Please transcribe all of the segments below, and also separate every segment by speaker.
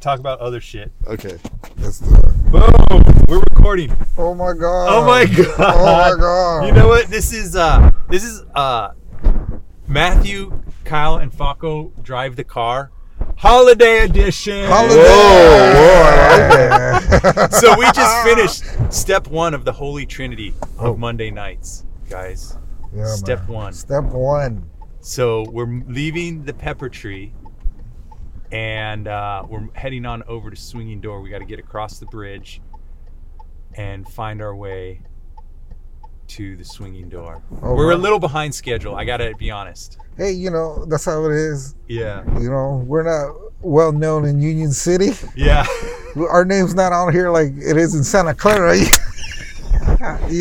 Speaker 1: talk about other shit.
Speaker 2: Okay, let's do it.
Speaker 1: Boom! We're recording.
Speaker 2: Oh my god.
Speaker 1: Oh my god!
Speaker 2: Oh my god.
Speaker 1: You know what? This is uh, this is uh, Matthew, Kyle, and Faco drive the car, holiday edition.
Speaker 2: Holiday.
Speaker 1: So we just finished step one of the Holy Trinity of Monday nights, guys.
Speaker 2: Oh. Yeah,
Speaker 1: step
Speaker 2: man.
Speaker 1: one.
Speaker 2: Step one.
Speaker 1: So we're leaving the pepper tree and uh, we're heading on over to Swinging Door. We got to get across the bridge and find our way to the Swinging Door.
Speaker 2: Oh,
Speaker 1: we're a
Speaker 2: wow.
Speaker 1: little behind schedule. I got to be honest.
Speaker 2: Hey, you know that's how it is.
Speaker 1: Yeah.
Speaker 2: You know we're not well known in Union City.
Speaker 1: Yeah.
Speaker 2: Our name's not on here like it is in Santa Clara. you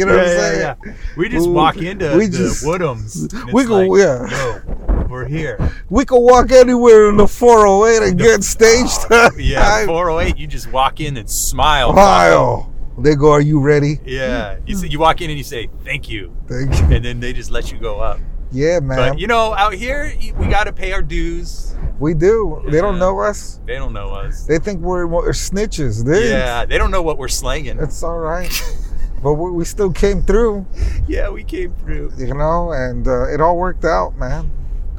Speaker 2: know what I'm saying?
Speaker 1: We just
Speaker 2: Ooh,
Speaker 1: walk into
Speaker 2: we
Speaker 1: the
Speaker 2: just-
Speaker 1: Woodhams. and
Speaker 2: we
Speaker 1: it's
Speaker 2: go-
Speaker 1: like,
Speaker 2: yeah.
Speaker 1: Yo, we're here.
Speaker 2: We could walk anywhere in the 408 and get staged.
Speaker 1: Uh, Yeah. 408, you just walk in and smile.
Speaker 2: Ohio. They go, are you ready?
Speaker 1: Yeah. You, say, you walk in and you say, thank you.
Speaker 2: Thank you.
Speaker 1: And then they just let you go up.
Speaker 2: Yeah, man.
Speaker 1: But you know, out here y- we gotta pay our dues.
Speaker 2: we do. They don't
Speaker 1: Yeah.
Speaker 2: know us.
Speaker 1: They don't know us.
Speaker 2: They think we're, we're snitches. Dude.
Speaker 1: Yeah, they don't know what we're slanging.
Speaker 2: It's all right. but we, we still came through,
Speaker 1: Yeah, we came through.
Speaker 2: you know, and uh, it all worked out, man.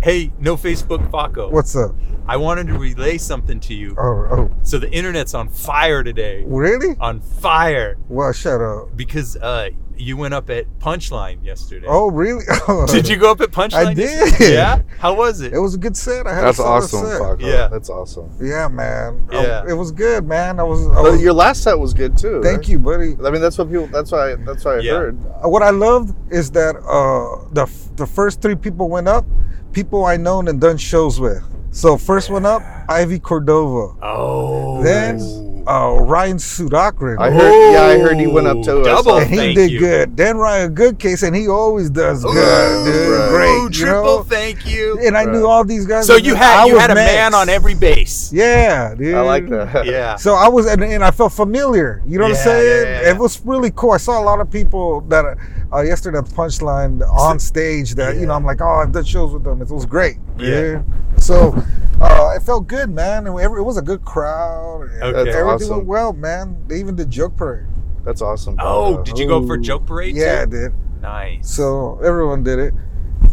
Speaker 1: Hey, no Facebook Faco.
Speaker 2: What's up?
Speaker 1: I wanted to relay something to you.
Speaker 2: Oh, oh,
Speaker 1: So the internet's on fire today.
Speaker 2: really?
Speaker 1: On fire.
Speaker 2: Well, shut up.
Speaker 1: Because uh you went up at Punchline yesterday.
Speaker 2: Oh, really?
Speaker 1: Did you go up at Punchline?
Speaker 2: I
Speaker 1: yesterday?
Speaker 2: did.
Speaker 1: Yeah? How was it?
Speaker 2: It was a good set. I had a
Speaker 3: That's
Speaker 2: solid
Speaker 3: awesome,
Speaker 2: set.
Speaker 3: Faco.
Speaker 1: Yeah.
Speaker 3: That's awesome.
Speaker 2: Yeah, man. I-
Speaker 1: Yeah.
Speaker 2: it was good, man. I was. I
Speaker 3: But
Speaker 2: was
Speaker 3: your last set was good too.
Speaker 2: Oh, thank you, buddy.
Speaker 3: you. I mean, that's what people. That's why. That's why I
Speaker 1: Yeah.
Speaker 3: heard.
Speaker 2: what I loved is that uh, the the first three people went up, people I known and done shows with. So first one up, Ivy Cordova.
Speaker 1: oh
Speaker 2: Then uh, Ryan Sudakrin.
Speaker 3: I heard. Yeah, I heard he went up
Speaker 1: Oh,
Speaker 3: to
Speaker 1: double.
Speaker 3: us.
Speaker 2: and he
Speaker 1: thank
Speaker 2: did
Speaker 1: you.
Speaker 2: good. Then Ryan Goodcase, and he always does
Speaker 1: Ooh,
Speaker 2: good, dude.
Speaker 3: bro.
Speaker 2: Great, you
Speaker 1: triple
Speaker 2: know?
Speaker 1: thank you.
Speaker 2: And I knew
Speaker 3: bro.
Speaker 2: all these guys.
Speaker 1: So
Speaker 2: and
Speaker 1: you
Speaker 2: then
Speaker 1: had
Speaker 2: I
Speaker 1: you
Speaker 2: was
Speaker 1: had a man
Speaker 2: next.
Speaker 1: on every base.
Speaker 2: Yeah, dude.
Speaker 3: I like that.
Speaker 1: Yeah.
Speaker 2: So I was, and, and I felt familiar. You know what
Speaker 1: Yeah,
Speaker 2: I'm saying?
Speaker 1: yeah, yeah,
Speaker 2: It was really cool. I saw a lot of people that uh, yesterday at Punchline on stage that, you know, I'm like, oh, I've done shows with them. It was great.
Speaker 1: Yeah.
Speaker 2: So uh, it felt good, man. And every, it was a good crowd. and uh,
Speaker 1: Okay. That's
Speaker 2: Everything went
Speaker 3: awesome.
Speaker 2: well, man. They even did Joke Parade.
Speaker 3: That's awesome.
Speaker 1: Oh,
Speaker 3: Faco.
Speaker 1: did you go for joke parade?
Speaker 2: Yeah, I
Speaker 1: too?
Speaker 2: did.
Speaker 1: Nice.
Speaker 2: So everyone did it.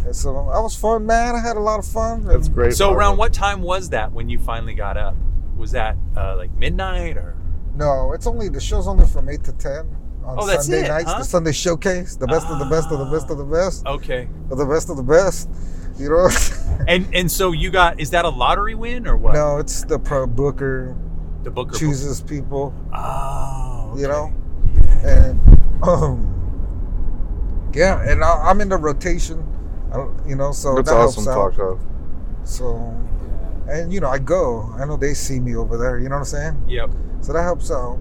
Speaker 2: And so I was fun, man. I had a lot of fun.
Speaker 3: That's great.
Speaker 1: So
Speaker 3: Faco.
Speaker 1: around what time was that when you finally got up? Was that uh, like midnight or?
Speaker 2: No, it's only the show's only from eight to ten on
Speaker 1: Oh, that's
Speaker 2: Sunday
Speaker 1: it,
Speaker 2: nights.
Speaker 1: huh?
Speaker 2: The Sunday showcase, the best of the best of the best of the best
Speaker 1: Okay.
Speaker 2: of the best of the best. You know,
Speaker 1: And and so you got is that a lottery win or what?
Speaker 2: no, it's the pro booker
Speaker 1: The Booker.
Speaker 2: chooses people.
Speaker 1: Book. Oh.
Speaker 2: You know,
Speaker 1: okay.
Speaker 2: and um, yeah, and I, I'm in the rotation. I don't- You know, so
Speaker 3: That's
Speaker 2: Oh, that
Speaker 3: awesome,
Speaker 2: helps out.
Speaker 3: Faco.
Speaker 2: So, and you know, I go. I know they see me over there. You know what I'm saying?
Speaker 1: Yep.
Speaker 2: So that helps out.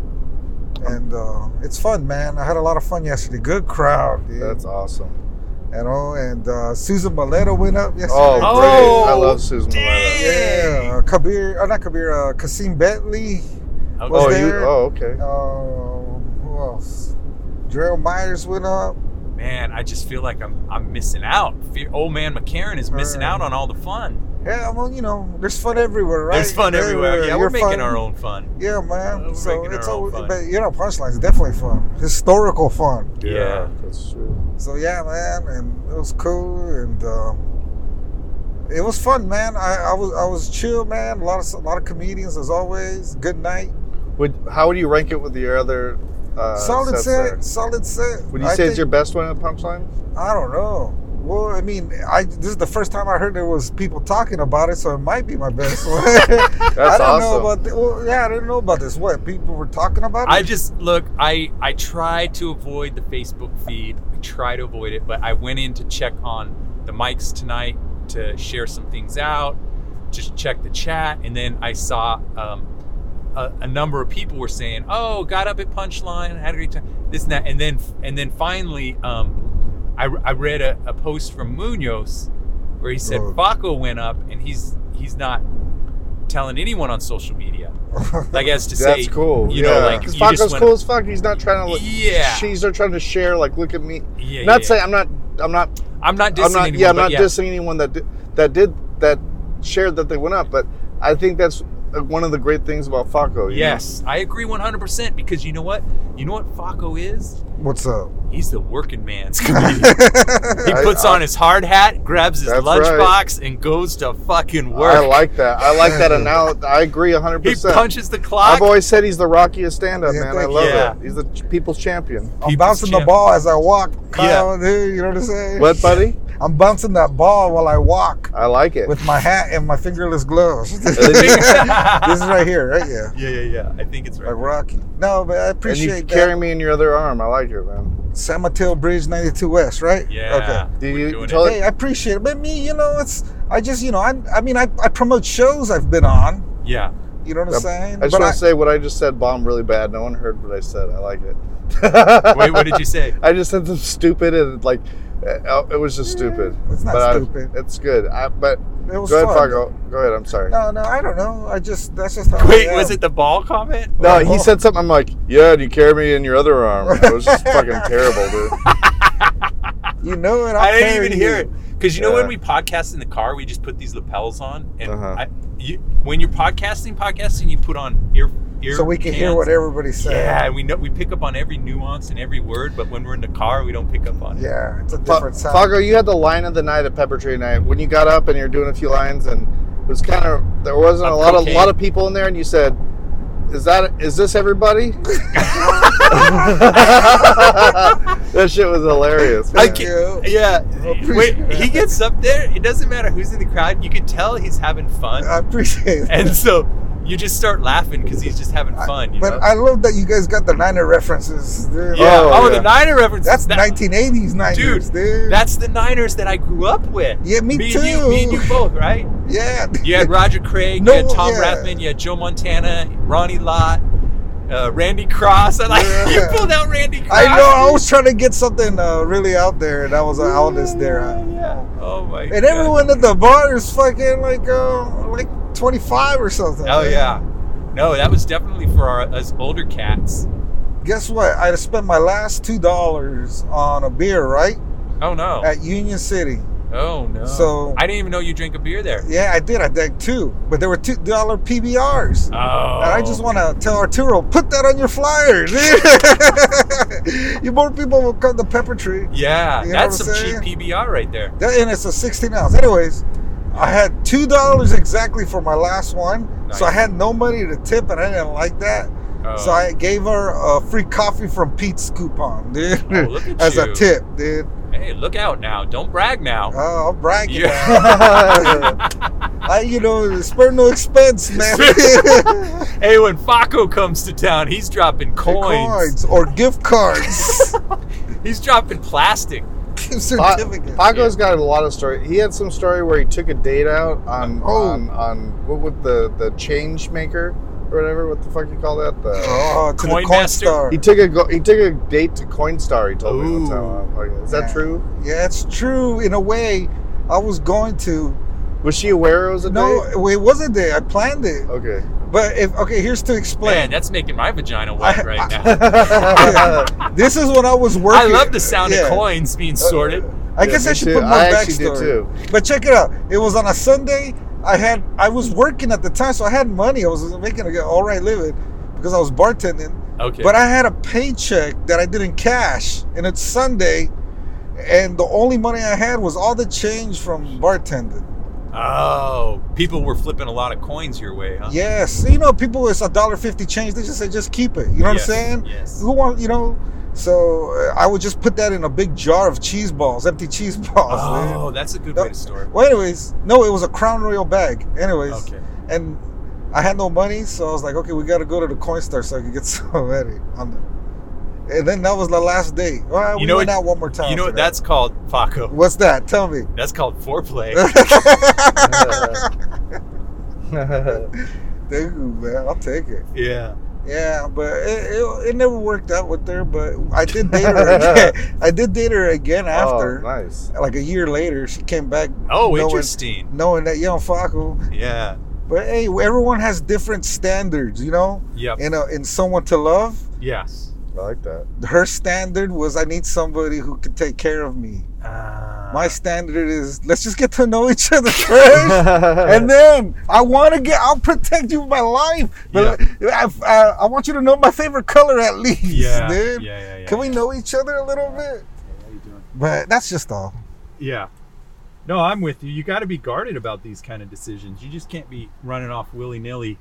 Speaker 2: And uh, it's fun, man. I had a lot of fun yesterday. Good crowd, dude.
Speaker 3: That's awesome.
Speaker 2: you know, and uh, Susan Baletta went up yesterday.
Speaker 3: Oh,
Speaker 1: Oh,
Speaker 3: great. I love Susan
Speaker 1: dang.
Speaker 3: Malala.
Speaker 2: yeah. Uh, Kabir, uh, not Kabir, uh, Kasim Bentley.
Speaker 1: Okay.
Speaker 3: Oh, you.
Speaker 2: there-
Speaker 3: Oh, okay.
Speaker 2: Uh, who else? Daryl Myers went up.
Speaker 1: Man, I just feel like I'm I'm missing out. Fe- Old man McCarran is missing
Speaker 2: Right.
Speaker 1: out on all the fun.
Speaker 2: Yeah, well, you know, there's fun everywhere, right?
Speaker 1: There's fun everywhere. Yeah, we're
Speaker 2: You're
Speaker 1: making
Speaker 2: fun.
Speaker 1: our own fun.
Speaker 2: Yeah,
Speaker 1: Uh,
Speaker 2: man.
Speaker 1: we're
Speaker 2: so
Speaker 1: making
Speaker 2: it's
Speaker 1: our own
Speaker 2: always,
Speaker 1: fun.
Speaker 2: but you know, punchline's definitely fun. Historical fun.
Speaker 1: Yeah.
Speaker 3: That's true.
Speaker 2: So yeah, man, and it was cool, and um, it was fun, man. I, I was I was chill, man. A lot of a lot of comedians as always. Good night.
Speaker 3: Would how would you rank it with the other? Uh,
Speaker 2: solid
Speaker 3: sets
Speaker 2: set,
Speaker 3: there?
Speaker 2: solid set.
Speaker 3: Would you
Speaker 2: I
Speaker 3: say
Speaker 2: think-
Speaker 3: it's your best one at Punchline?
Speaker 2: I don't know. Well, I mean, I this is the first time I heard there was people talking about it, so it might be my best one. That's I
Speaker 3: That's
Speaker 2: don't know
Speaker 3: awesome.
Speaker 2: about. The, well, yeah, I didn't know about this. What people were talking about?
Speaker 1: I
Speaker 2: It?
Speaker 1: just look. I I try to avoid the Facebook feed. I try to avoid it, but I went in to check on the mics tonight to share some things out, just check the chat, and then I saw um, a, a number of people were saying, "Oh, got up at Punchline, had a great time," this and that, and then and then finally, um, I, I read a, a post from Munoz where he said
Speaker 2: Oh.
Speaker 1: Baco went up, and he's he's not telling anyone on social media, like as to say,
Speaker 3: That's cool.
Speaker 1: you
Speaker 3: yeah.
Speaker 1: know, like,
Speaker 3: Because
Speaker 1: you just
Speaker 3: Faco's
Speaker 1: wanna-
Speaker 3: cool as fuck. He's not trying to. Look,
Speaker 1: Yeah.
Speaker 3: She's not trying to share. Like, look at me.
Speaker 1: Yeah,
Speaker 3: not
Speaker 1: yeah.
Speaker 3: saying I'm not. I'm not.
Speaker 1: I'm not dissing
Speaker 3: I'm not.
Speaker 1: anyone.
Speaker 3: yeah, I'm
Speaker 1: but
Speaker 3: not dissing anyone that did, that did that shared that they went up. But I think that's uh, one of the great things about Faco. you
Speaker 1: Yes, I agree 100% because you know what? You know what Faco is?
Speaker 2: What's up?
Speaker 1: He's the working man's comedian. He
Speaker 3: I-
Speaker 1: puts
Speaker 3: I-
Speaker 1: on his hard hat, grabs his
Speaker 3: That's
Speaker 1: lunchbox, and goes to fucking
Speaker 3: know?
Speaker 1: work.
Speaker 3: I like that. I like that. And now I agree 100.
Speaker 1: he
Speaker 3: percent
Speaker 1: punches the clock.
Speaker 3: I've always said he's the rockiest stand-up
Speaker 2: Yeah,
Speaker 3: man. I
Speaker 2: thank
Speaker 3: love
Speaker 1: you. Yeah.
Speaker 3: it. He's the ch- people's champion.
Speaker 2: I'm
Speaker 1: People's
Speaker 2: bouncing the
Speaker 1: champ.
Speaker 2: ball as I walk, Kyle. Dude, you know what I'm saying?
Speaker 3: What, buddy?
Speaker 2: I'm bouncing that ball while I walk
Speaker 3: I like it.
Speaker 2: with my hat and my fingerless gloves. this
Speaker 1: yeah,
Speaker 2: is right here, right? Yeah.
Speaker 1: yeah, yeah. I think it's
Speaker 2: Like
Speaker 1: right.
Speaker 2: Rocky. No, but I
Speaker 3: and
Speaker 2: appreciate
Speaker 3: you
Speaker 2: that.
Speaker 3: carry me in your other arm. I like it, man.
Speaker 2: San Mateo Bridge 92 West, right?
Speaker 1: Yeah.
Speaker 3: Did
Speaker 1: we're
Speaker 3: you
Speaker 1: doing
Speaker 3: tell-
Speaker 1: it.
Speaker 2: Hey, I appreciate it. But me, you know, it's I just, you know, I, I mean, I, I promote shows I've been on.
Speaker 1: Yeah.
Speaker 2: You know what I'm
Speaker 3: Yep.
Speaker 2: saying?
Speaker 3: I just
Speaker 2: but
Speaker 3: want to say what I just said bombed really bad. No one heard what I said. I like it.
Speaker 1: Wait, what did you say?
Speaker 3: I just said something stupid and like uh, it was just
Speaker 2: Yeah,
Speaker 3: stupid.
Speaker 2: Eh, it's not
Speaker 3: But I-
Speaker 2: stupid.
Speaker 3: it's good. I, but
Speaker 2: it was
Speaker 3: go ahead,
Speaker 2: fun.
Speaker 3: Fargo. Go ahead. I'm sorry. No,
Speaker 2: No, no, I don't know. I just that's just how
Speaker 1: Wait,
Speaker 2: I am.
Speaker 1: was it the ball comment?
Speaker 3: he said something. I'm like, yeah. Do you carry me in your other arm? It was just fucking terrible, dude.
Speaker 2: You know it. I'll
Speaker 1: I didn't
Speaker 2: carry
Speaker 1: even
Speaker 2: you.
Speaker 1: hear it. Because you know when
Speaker 3: Yeah.
Speaker 1: we podcast in the car, we just put these lapels on, and
Speaker 3: Uh-huh.
Speaker 1: I, you, when you're podcasting, podcasting, you put on ear, ear
Speaker 2: so we can hear
Speaker 1: cans.
Speaker 2: what everybody's saying.
Speaker 1: Yeah, and we know we pick up on every nuance and every word, but when we're in the car, we don't pick up on it.
Speaker 2: Yeah, it's a
Speaker 3: Fa-
Speaker 2: different sound.
Speaker 3: Fargo, you had the line of the night at Pepper Tree Night when you got up and you're doing a few lines, and it was kind of there wasn't a
Speaker 1: Of
Speaker 3: lot of
Speaker 1: cocaine.
Speaker 3: lot of people in there, and you said, "Is that is this everybody?" that shit was hilarious.
Speaker 1: I
Speaker 3: man.
Speaker 1: can't-
Speaker 2: you.
Speaker 1: Yeah.
Speaker 2: appreciate
Speaker 1: Wait,
Speaker 2: that.
Speaker 1: he gets up there. It doesn't matter who's in the crowd. You can tell he's having fun,
Speaker 2: I appreciate it.
Speaker 1: and so you just start laughing because he's just having fun. You
Speaker 2: But
Speaker 1: know?
Speaker 2: I love that you guys got the Niner references. Dude.
Speaker 1: yeah.
Speaker 3: Oh,
Speaker 1: Oh,
Speaker 3: yeah.
Speaker 1: the Niner reference.
Speaker 2: That's
Speaker 1: that,
Speaker 2: 1980s Niners, dude.
Speaker 1: That's the Niners that I grew up with.
Speaker 2: yeah, me,
Speaker 1: me
Speaker 2: too.
Speaker 1: and you, me and you both, right?
Speaker 2: Yeah.
Speaker 1: You had Roger Craig,
Speaker 2: No,
Speaker 1: you had Tom
Speaker 2: yeah.
Speaker 1: Rathman, you had Joe Montana, Ronnie Lott, uh, Randy Cross. I like
Speaker 2: Yeah.
Speaker 1: you pulled out Randy Cross.
Speaker 2: I know. I was trying to get something uh, really out there, and I was the
Speaker 1: Yeah,
Speaker 2: oldest there.
Speaker 1: yeah, yeah. Oh my
Speaker 2: and
Speaker 1: God.
Speaker 2: everyone at the bar is fucking like uh, like 25 or something.
Speaker 1: Oh
Speaker 2: man.
Speaker 1: yeah. No, that was definitely for our, us older cats.
Speaker 2: Guess what? I spent my last two dollars on a beer, right?
Speaker 1: Oh no.
Speaker 2: At Union City.
Speaker 1: oh no.
Speaker 2: So-
Speaker 1: I didn't even know you drink a beer there.
Speaker 2: Yeah, I did. I drank two, but there were two dollar PBRs.
Speaker 1: Oh.
Speaker 2: And I just want to tell Arturo, put that on your flyer. dude. you more people will come to Pepper Tree.
Speaker 1: Yeah,
Speaker 2: You know
Speaker 1: that's
Speaker 2: what
Speaker 1: some
Speaker 2: I'm saying?
Speaker 1: cheap PBR right there.
Speaker 2: That- And it's a 16 ounce. Anyways, I had two dollars exactly for my last one, so I
Speaker 1: Nice.
Speaker 2: had no money to tip, and I didn't like that.
Speaker 1: Oh.
Speaker 2: So I gave her a free coffee from Pete's coupon, dude,
Speaker 1: Oh, look at
Speaker 2: as a
Speaker 1: you.
Speaker 2: tip, dude.
Speaker 1: Hey, look out now! Don't brag now.
Speaker 2: Oh, I'm bragging.
Speaker 1: Yeah.
Speaker 2: I, you know, spare no expense, man.
Speaker 1: hey, when Faco comes to town, he's dropping coins.
Speaker 2: Coins or gift cards,
Speaker 1: He's dropping plastic.
Speaker 3: Fa-
Speaker 2: certificates.
Speaker 3: Fago's got a lot of story. He had some story where he took a date out on
Speaker 2: Oh.
Speaker 3: on, on what with the the change maker or whatever. What the fuck you call that? The,
Speaker 2: Oh, to
Speaker 1: Coin
Speaker 2: the coin
Speaker 1: master?
Speaker 2: star.
Speaker 3: he took a go, he took a date to Coinstar. He told me one time.
Speaker 1: Ooh.
Speaker 3: I'm like, Is that
Speaker 2: Yeah.
Speaker 3: true?
Speaker 2: Yeah, it's true. In a way, I was going to.
Speaker 3: Was she aware it was a
Speaker 2: No,
Speaker 3: date?
Speaker 2: it wasn't there. I planned it.
Speaker 3: Okay.
Speaker 2: But if okay, here's to
Speaker 1: Man,
Speaker 2: explain.
Speaker 1: that's making my vagina wet
Speaker 2: I-
Speaker 1: right now.
Speaker 2: this is when I was working.
Speaker 1: I love the sound
Speaker 2: Yeah. Uh,
Speaker 1: of coins being sorted.
Speaker 2: I guess
Speaker 3: Yeah,
Speaker 2: I
Speaker 3: me
Speaker 2: should
Speaker 3: too.
Speaker 2: put more
Speaker 3: I actually did
Speaker 2: backstory.
Speaker 3: too.
Speaker 2: But check it out. It was on a Sunday. I had I was working at the time, so I had money. I was making a all right living because I was bartending.
Speaker 1: Okay.
Speaker 2: But I had a paycheck that I didn't cash, and it's Sunday, and the only money I had was all the change from bartending.
Speaker 1: oh, people were flipping a lot of coins your way, huh?
Speaker 2: Yes, you know, people it's a dollar fifty change. They just say just keep it. You know what I'm
Speaker 1: Yes,
Speaker 2: saying?
Speaker 1: Yes.
Speaker 2: Who want you know? So uh, I would just put that in a big jar of cheese balls, empty cheese balls. man.
Speaker 1: Oh, that's a good way to store it.
Speaker 2: Well, anyways, no, it was a Crown Royal bag. Anyways,
Speaker 1: Okay.
Speaker 2: and I had no money, so I was like, okay, we got to go to the Coinstar so I could get some money on the. And then that was the last day. Well,
Speaker 1: You
Speaker 2: we
Speaker 1: know
Speaker 2: went
Speaker 1: what-
Speaker 2: out one more time.
Speaker 1: You know
Speaker 2: after
Speaker 1: what that's called,
Speaker 2: that.
Speaker 1: Faco?
Speaker 2: What's that? Tell me.
Speaker 1: That's called foreplay.
Speaker 2: Thank you, man. I'll take it.
Speaker 1: yeah.
Speaker 2: Yeah, but it, it, it never worked out with her. But I did date her again. I did date her again
Speaker 3: oh,
Speaker 2: after,
Speaker 3: nice.
Speaker 2: like a year later. She came back.
Speaker 1: Oh,
Speaker 2: knowing-
Speaker 1: interesting.
Speaker 2: Knowing that young Faco,
Speaker 1: Yeah.
Speaker 2: but hey, everyone has different standards, you know.
Speaker 1: Yep.
Speaker 2: In a, in someone to love,
Speaker 1: yes.
Speaker 3: I like that.
Speaker 2: her standard was I need somebody who can take care of me.
Speaker 1: Ah.
Speaker 2: My standard is let's just get to know each other first. and then I want to get. I'll protect you with my life, but I, I, I want you to know my favorite color at least,
Speaker 1: yeah, yeah,
Speaker 2: dude.
Speaker 1: yeah, yeah.
Speaker 2: Can we
Speaker 1: yeah.
Speaker 2: know each other a little bit?
Speaker 1: How you doing?
Speaker 2: But that's just all.
Speaker 1: Yeah. No, I'm with you. You got to be guarded about these kind of decisions. You just can't be running off willy nilly,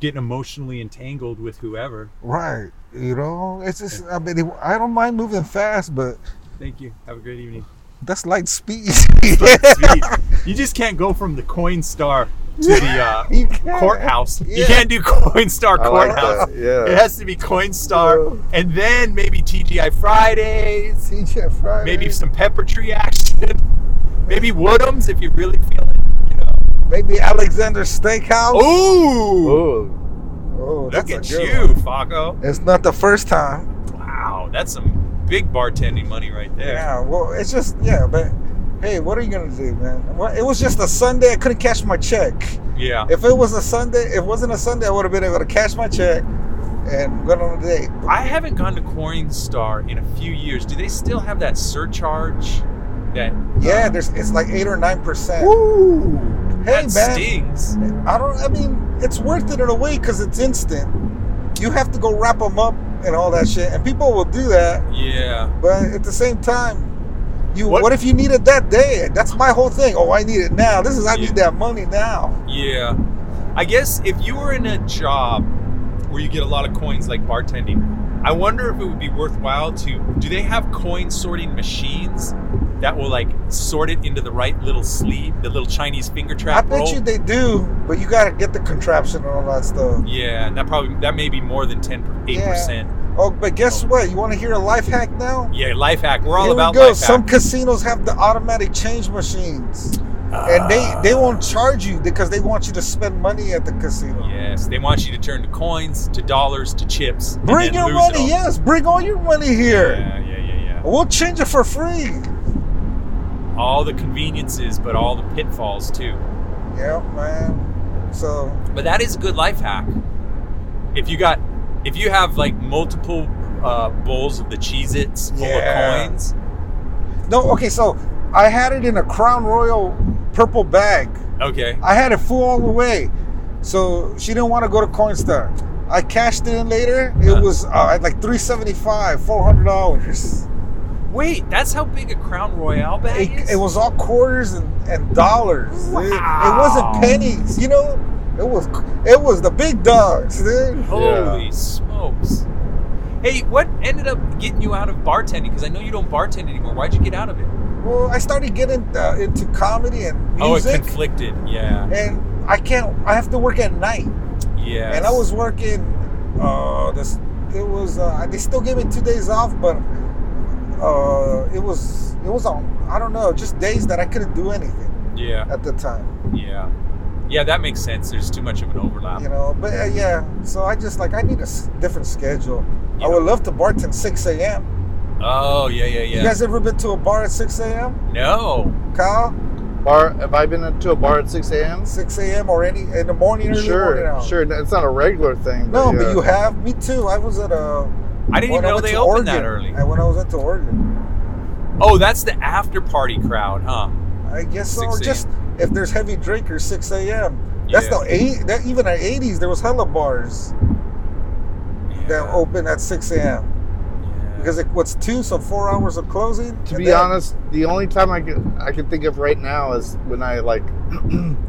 Speaker 1: getting emotionally entangled with whoever.
Speaker 2: Right. You know, it's just, I mean, I don't mind moving fast, but
Speaker 1: Thank you. Have a great evening.
Speaker 2: that's light speed.
Speaker 1: Sweet. You just can't go from the coin star to the uh,
Speaker 2: You can't.
Speaker 1: courthouse. You
Speaker 2: Yeah.
Speaker 1: can't do coin star
Speaker 3: I like
Speaker 1: courthouse.
Speaker 3: that, yeah.
Speaker 1: It has to be coin star, and then maybe TGI Fridays.
Speaker 2: TJ Friday.
Speaker 1: maybe some pepper tree action, maybe Woodhams if you really feel it. You know.
Speaker 2: maybe Alexander Steakhouse.
Speaker 1: Ooh,
Speaker 3: Ooh,
Speaker 2: Oh,
Speaker 1: Oh, look
Speaker 2: a
Speaker 1: at
Speaker 2: good
Speaker 1: you,
Speaker 2: one.
Speaker 1: Fago.
Speaker 2: It's not the first time.
Speaker 1: Wow, that's some big bartending money right there.
Speaker 2: Yeah. Well, it's just yeah, but hey, what are you gonna do, man? Well, it was just a Sunday. I couldn't cash my check.
Speaker 1: Yeah.
Speaker 2: If it was a Sunday, if it wasn't a Sunday, I would have been able to cash my check and go on a date.
Speaker 1: I haven't gone to Coin Star in a few years. Do they still have that surcharge? That
Speaker 2: Yeah, there's it's like eight or nine percent.
Speaker 1: Woo!
Speaker 2: Hey,
Speaker 1: that
Speaker 2: man.
Speaker 1: stings.
Speaker 2: I don't. I mean, it's worth it in a way because it's instant. You have to go wrap them up and all that shit, and people will do that.
Speaker 1: Yeah.
Speaker 2: But at the same time, you
Speaker 1: What-
Speaker 2: what, if you need it that day? That's my whole thing. Oh, I need it now. This is I need that money now.
Speaker 1: Yeah. I guess if you were in a job where you get a lot of coins like bartending, I wonder if it would be worthwhile to do they have coin sorting machines that will like sort it into the right little sleeve, the little Chinese finger
Speaker 2: I
Speaker 1: trap
Speaker 2: bet
Speaker 1: roll?
Speaker 2: you they do, but you gotta get the contraption and all that stuff.
Speaker 1: yeah, and that probably that may be more than 10 8%.
Speaker 2: Oh, but guess what? You want to hear a life hack now?
Speaker 1: Yeah. life hack. We're all
Speaker 2: Here
Speaker 1: about
Speaker 2: we go.
Speaker 1: life
Speaker 2: Some
Speaker 1: hack.
Speaker 2: casinos have the automatic change machines, and they
Speaker 1: Ah,
Speaker 2: they won't charge you because they want you to spend money at the casino.
Speaker 1: Yes, they want you to turn to coins, to dollars, to chips. and
Speaker 2: Bring
Speaker 1: then
Speaker 2: your
Speaker 1: lose it
Speaker 2: money,
Speaker 1: all.
Speaker 2: yes. Bring all your money here.
Speaker 1: Yeah, yeah, yeah, yeah.
Speaker 2: We'll change it for free.
Speaker 1: All the conveniences, but all the pitfalls too.
Speaker 2: Yeah, man. So
Speaker 1: But that is a good life hack. If you got, if you have like multiple uh, bowls of the Cheez-Its full
Speaker 2: Yeah.
Speaker 1: of coins.
Speaker 2: no, okay. So I had it in a Crown Royal purple bag.
Speaker 1: Okay.
Speaker 2: I had it full all the way. So she didn't want to go to Coinstar. I cashed it in later. It
Speaker 1: Huh.
Speaker 2: was uh, at like three seventy five, four hundred dollars.
Speaker 1: Wait, that's how big a Crown Royale bag is.
Speaker 2: It, it was all quarters and, and dollars. dude. It
Speaker 1: Wow.
Speaker 2: wasn't pennies. You know, it was it was the big dogs, dude.
Speaker 1: Holy smokes! Hey, what ended up getting you out of bartending? Because I know you don't bartend anymore. Why'd you get out of it?
Speaker 2: Well, I started getting uh, into comedy and
Speaker 1: Oh, it
Speaker 2: music.
Speaker 1: conflicted. Yeah.
Speaker 2: and I can't. I have to work at night,
Speaker 1: Yeah.
Speaker 2: and I was working. Uh, this it was. Uh, they still gave me two days off, but uh, it was it was on. I don't know, just days that I couldn't do anything
Speaker 1: Yeah.
Speaker 2: at the time,
Speaker 1: Yeah. Yeah, that makes sense. There's too much of an overlap.
Speaker 2: you know. But uh, yeah, so I just like I need a s- different schedule.
Speaker 1: Yeah.
Speaker 2: I would love to bartend six a.m.
Speaker 1: Oh, yeah, yeah, yeah.
Speaker 2: You guys ever been to a bar at six a.m.
Speaker 1: no.
Speaker 2: Kyle?
Speaker 3: bar. Have I been to a bar at 6 a.m.?
Speaker 2: Six a.m. or any in the morning? Early morning
Speaker 3: Sure,
Speaker 2: hours.
Speaker 3: sure. No, It's not a regular thing.
Speaker 2: No,
Speaker 3: yeah.
Speaker 2: but you have. Me too. I was at a.
Speaker 1: I didn't even
Speaker 2: when
Speaker 1: know
Speaker 2: went
Speaker 1: they
Speaker 2: to
Speaker 1: opened that
Speaker 2: Oregon-
Speaker 1: early.
Speaker 2: I- When I was into Oregon.
Speaker 1: Oh, that's the after party crowd, huh?
Speaker 2: I guess so.
Speaker 1: 6
Speaker 2: Or just if there's heavy drinkers, 6 a.m. That's
Speaker 1: Yeah.
Speaker 2: the eight. That even at 80s, there was hella bars that
Speaker 1: Yeah.
Speaker 2: open at 6 a.m.
Speaker 1: Yeah.
Speaker 2: Because it was two, so four hours of closing.
Speaker 3: to
Speaker 2: and
Speaker 3: be
Speaker 2: then-
Speaker 3: honest, the only time I can I can think of right now is when I like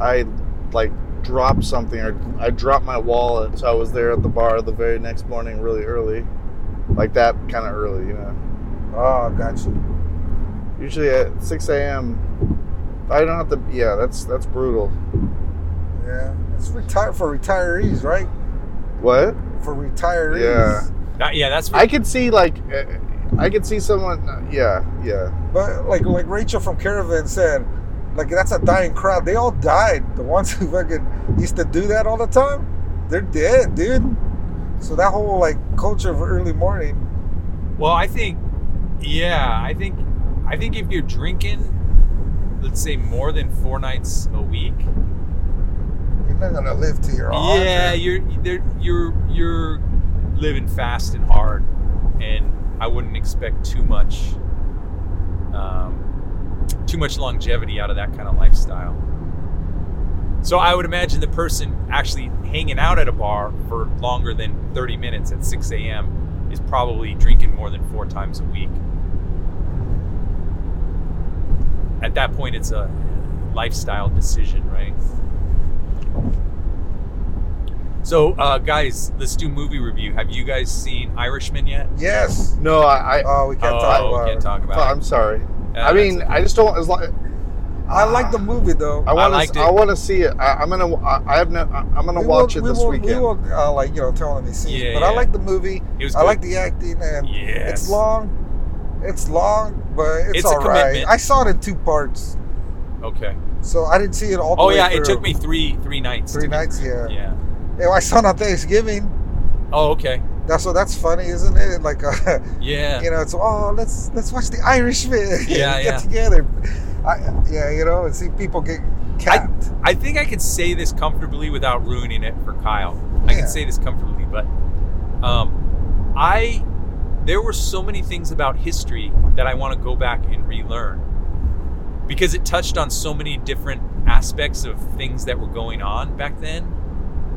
Speaker 3: I like dropped something or I dropped my wallet, so I was there at the bar the very next morning, really early, like that kind of early, you know.
Speaker 2: Oh, got you.
Speaker 3: Usually at six a.m. I don't have to. Yeah, that's that's brutal.
Speaker 2: Yeah, it's retire for retirees, right?
Speaker 3: What?
Speaker 2: For retirees.
Speaker 3: Yeah.
Speaker 1: That- Uh, yeah, that's for,
Speaker 3: I could see like uh, I could see someone. uh, Yeah, yeah.
Speaker 2: But like like Rachel from Caravan said, like that's a dying crowd. They all died. The ones who fucking used to do that all the time, they're dead, dude. So that whole like culture of early morning.
Speaker 1: well, I think, yeah, I think, I think if you're drinking, let's say more than four nights a week,
Speaker 2: You're not gonna live to your honor.
Speaker 1: yeah, you're there, you're you're living fast and hard, and I wouldn't expect too much. Um, too much longevity out of that kind of lifestyle. So I would imagine the person actually hanging out at a bar for longer than 30 minutes at 6 a.m. is probably drinking more than four times a week. At that point, it's a lifestyle decision, right? So, uh, guys, let's do movie review. Have you guys seen Irishman yet?
Speaker 2: Yes.
Speaker 3: No, I. I
Speaker 2: Oh, we can't
Speaker 1: oh,
Speaker 2: talk about
Speaker 1: can't
Speaker 2: it.
Speaker 1: talk about
Speaker 3: I'm sorry.
Speaker 1: it. Uh,
Speaker 3: I mean,
Speaker 1: that's-
Speaker 3: I just don't. As long,
Speaker 2: I like the movie though.
Speaker 3: I want
Speaker 1: liked
Speaker 3: to.
Speaker 1: it.
Speaker 3: I, want to see it. I, I'm gonna. I, I have no. I, I'm gonna
Speaker 2: We
Speaker 3: watch
Speaker 2: won't-
Speaker 3: it this
Speaker 2: we won't-
Speaker 3: weekend.
Speaker 2: We won't, uh, like you know, tell any scenes,
Speaker 1: Yeah,
Speaker 2: but I
Speaker 1: yeah.
Speaker 2: like the movie.
Speaker 1: it was
Speaker 2: I
Speaker 1: good.
Speaker 2: like the acting, and
Speaker 1: Yes.
Speaker 2: it's long. It's long, but it's,
Speaker 1: It's a
Speaker 2: all right.
Speaker 1: commitment.
Speaker 2: I saw it in two parts,
Speaker 1: Okay.
Speaker 2: so I didn't see it all. The
Speaker 1: Oh
Speaker 2: way
Speaker 1: yeah, it
Speaker 2: through.
Speaker 1: took me three three nights.
Speaker 2: three
Speaker 1: to get-
Speaker 2: nights. Yeah. yeah,
Speaker 1: Yeah.
Speaker 2: I saw it on Thanksgiving.
Speaker 1: Oh okay.
Speaker 2: That's so that's funny, isn't it? Like, uh,
Speaker 1: Yeah.
Speaker 2: you know, it's oh let's let's watch the Irishman.
Speaker 1: Yeah,
Speaker 2: get
Speaker 1: yeah.
Speaker 2: together. I, yeah, you know, and see people get capped.
Speaker 1: I think I could say this comfortably without ruining it for Kyle. I
Speaker 2: Yeah.
Speaker 1: can say this comfortably, but um, I there were so many things about history that I want to go back and relearn because it touched on so many different aspects of things that were going on back then.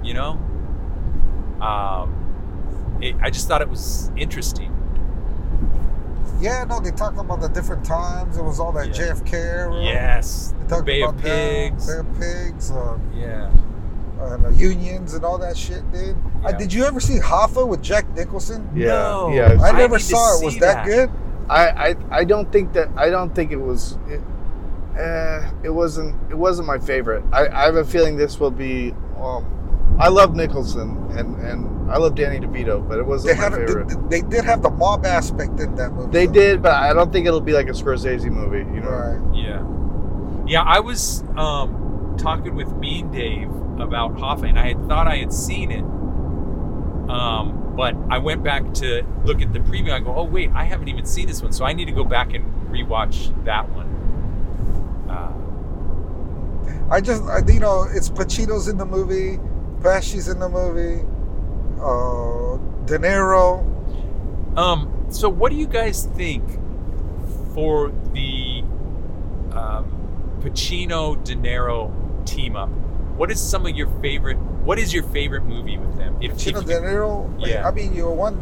Speaker 1: You know, um, it, I just thought it was interesting.
Speaker 2: yeah, no, they talked about the different times. It was all that
Speaker 1: Yeah.
Speaker 2: JFK era.
Speaker 1: Yes,
Speaker 2: They
Speaker 1: the
Speaker 2: talked
Speaker 1: Bay of
Speaker 2: about that,
Speaker 1: Pigs.
Speaker 2: Bay of Pigs. Uh,
Speaker 1: Yeah.
Speaker 2: and uh, unions and all that shit, dude. Uh,
Speaker 1: Yeah.
Speaker 2: did you ever see Hoffa with Jack Nicholson?
Speaker 3: Yeah,
Speaker 1: No.
Speaker 3: yeah.
Speaker 2: I
Speaker 1: I
Speaker 2: never
Speaker 1: need to
Speaker 2: saw it.
Speaker 1: see
Speaker 2: Was that,
Speaker 1: that.
Speaker 2: good?
Speaker 3: I, I I don't think that I don't think it was it, uh, it wasn't it wasn't my favorite. I, I have a feeling this will be. Um, I love Nicholson and and I love Danny DeVito, but it
Speaker 2: They
Speaker 3: wasn't
Speaker 2: had.
Speaker 3: my
Speaker 2: A,
Speaker 3: favorite.
Speaker 2: did, they did have the mob aspect in that movie.
Speaker 3: They
Speaker 2: though.
Speaker 3: did, but I don't think it'll be like a Scorsese movie. You know,
Speaker 2: Right.
Speaker 1: Yeah. Yeah, I was um, talking with Mean Dave about Hoffa, and I had thought I had seen it. Um, but I went back to look at the preview. I go, oh, wait, I haven't even seen this one. So I need to go back and rewatch that one. Uh,
Speaker 2: I just, I, you know, it's Pacino's in the movie, Pesci's in the movie, uh, De Niro.
Speaker 1: um, so, what do you guys think for the um, Pacino De Niro team up? What is some of your favorite? What is your favorite movie with them? If if
Speaker 2: Pacino,
Speaker 1: you-
Speaker 2: De Niro.
Speaker 1: Yeah.
Speaker 2: I mean, you're one.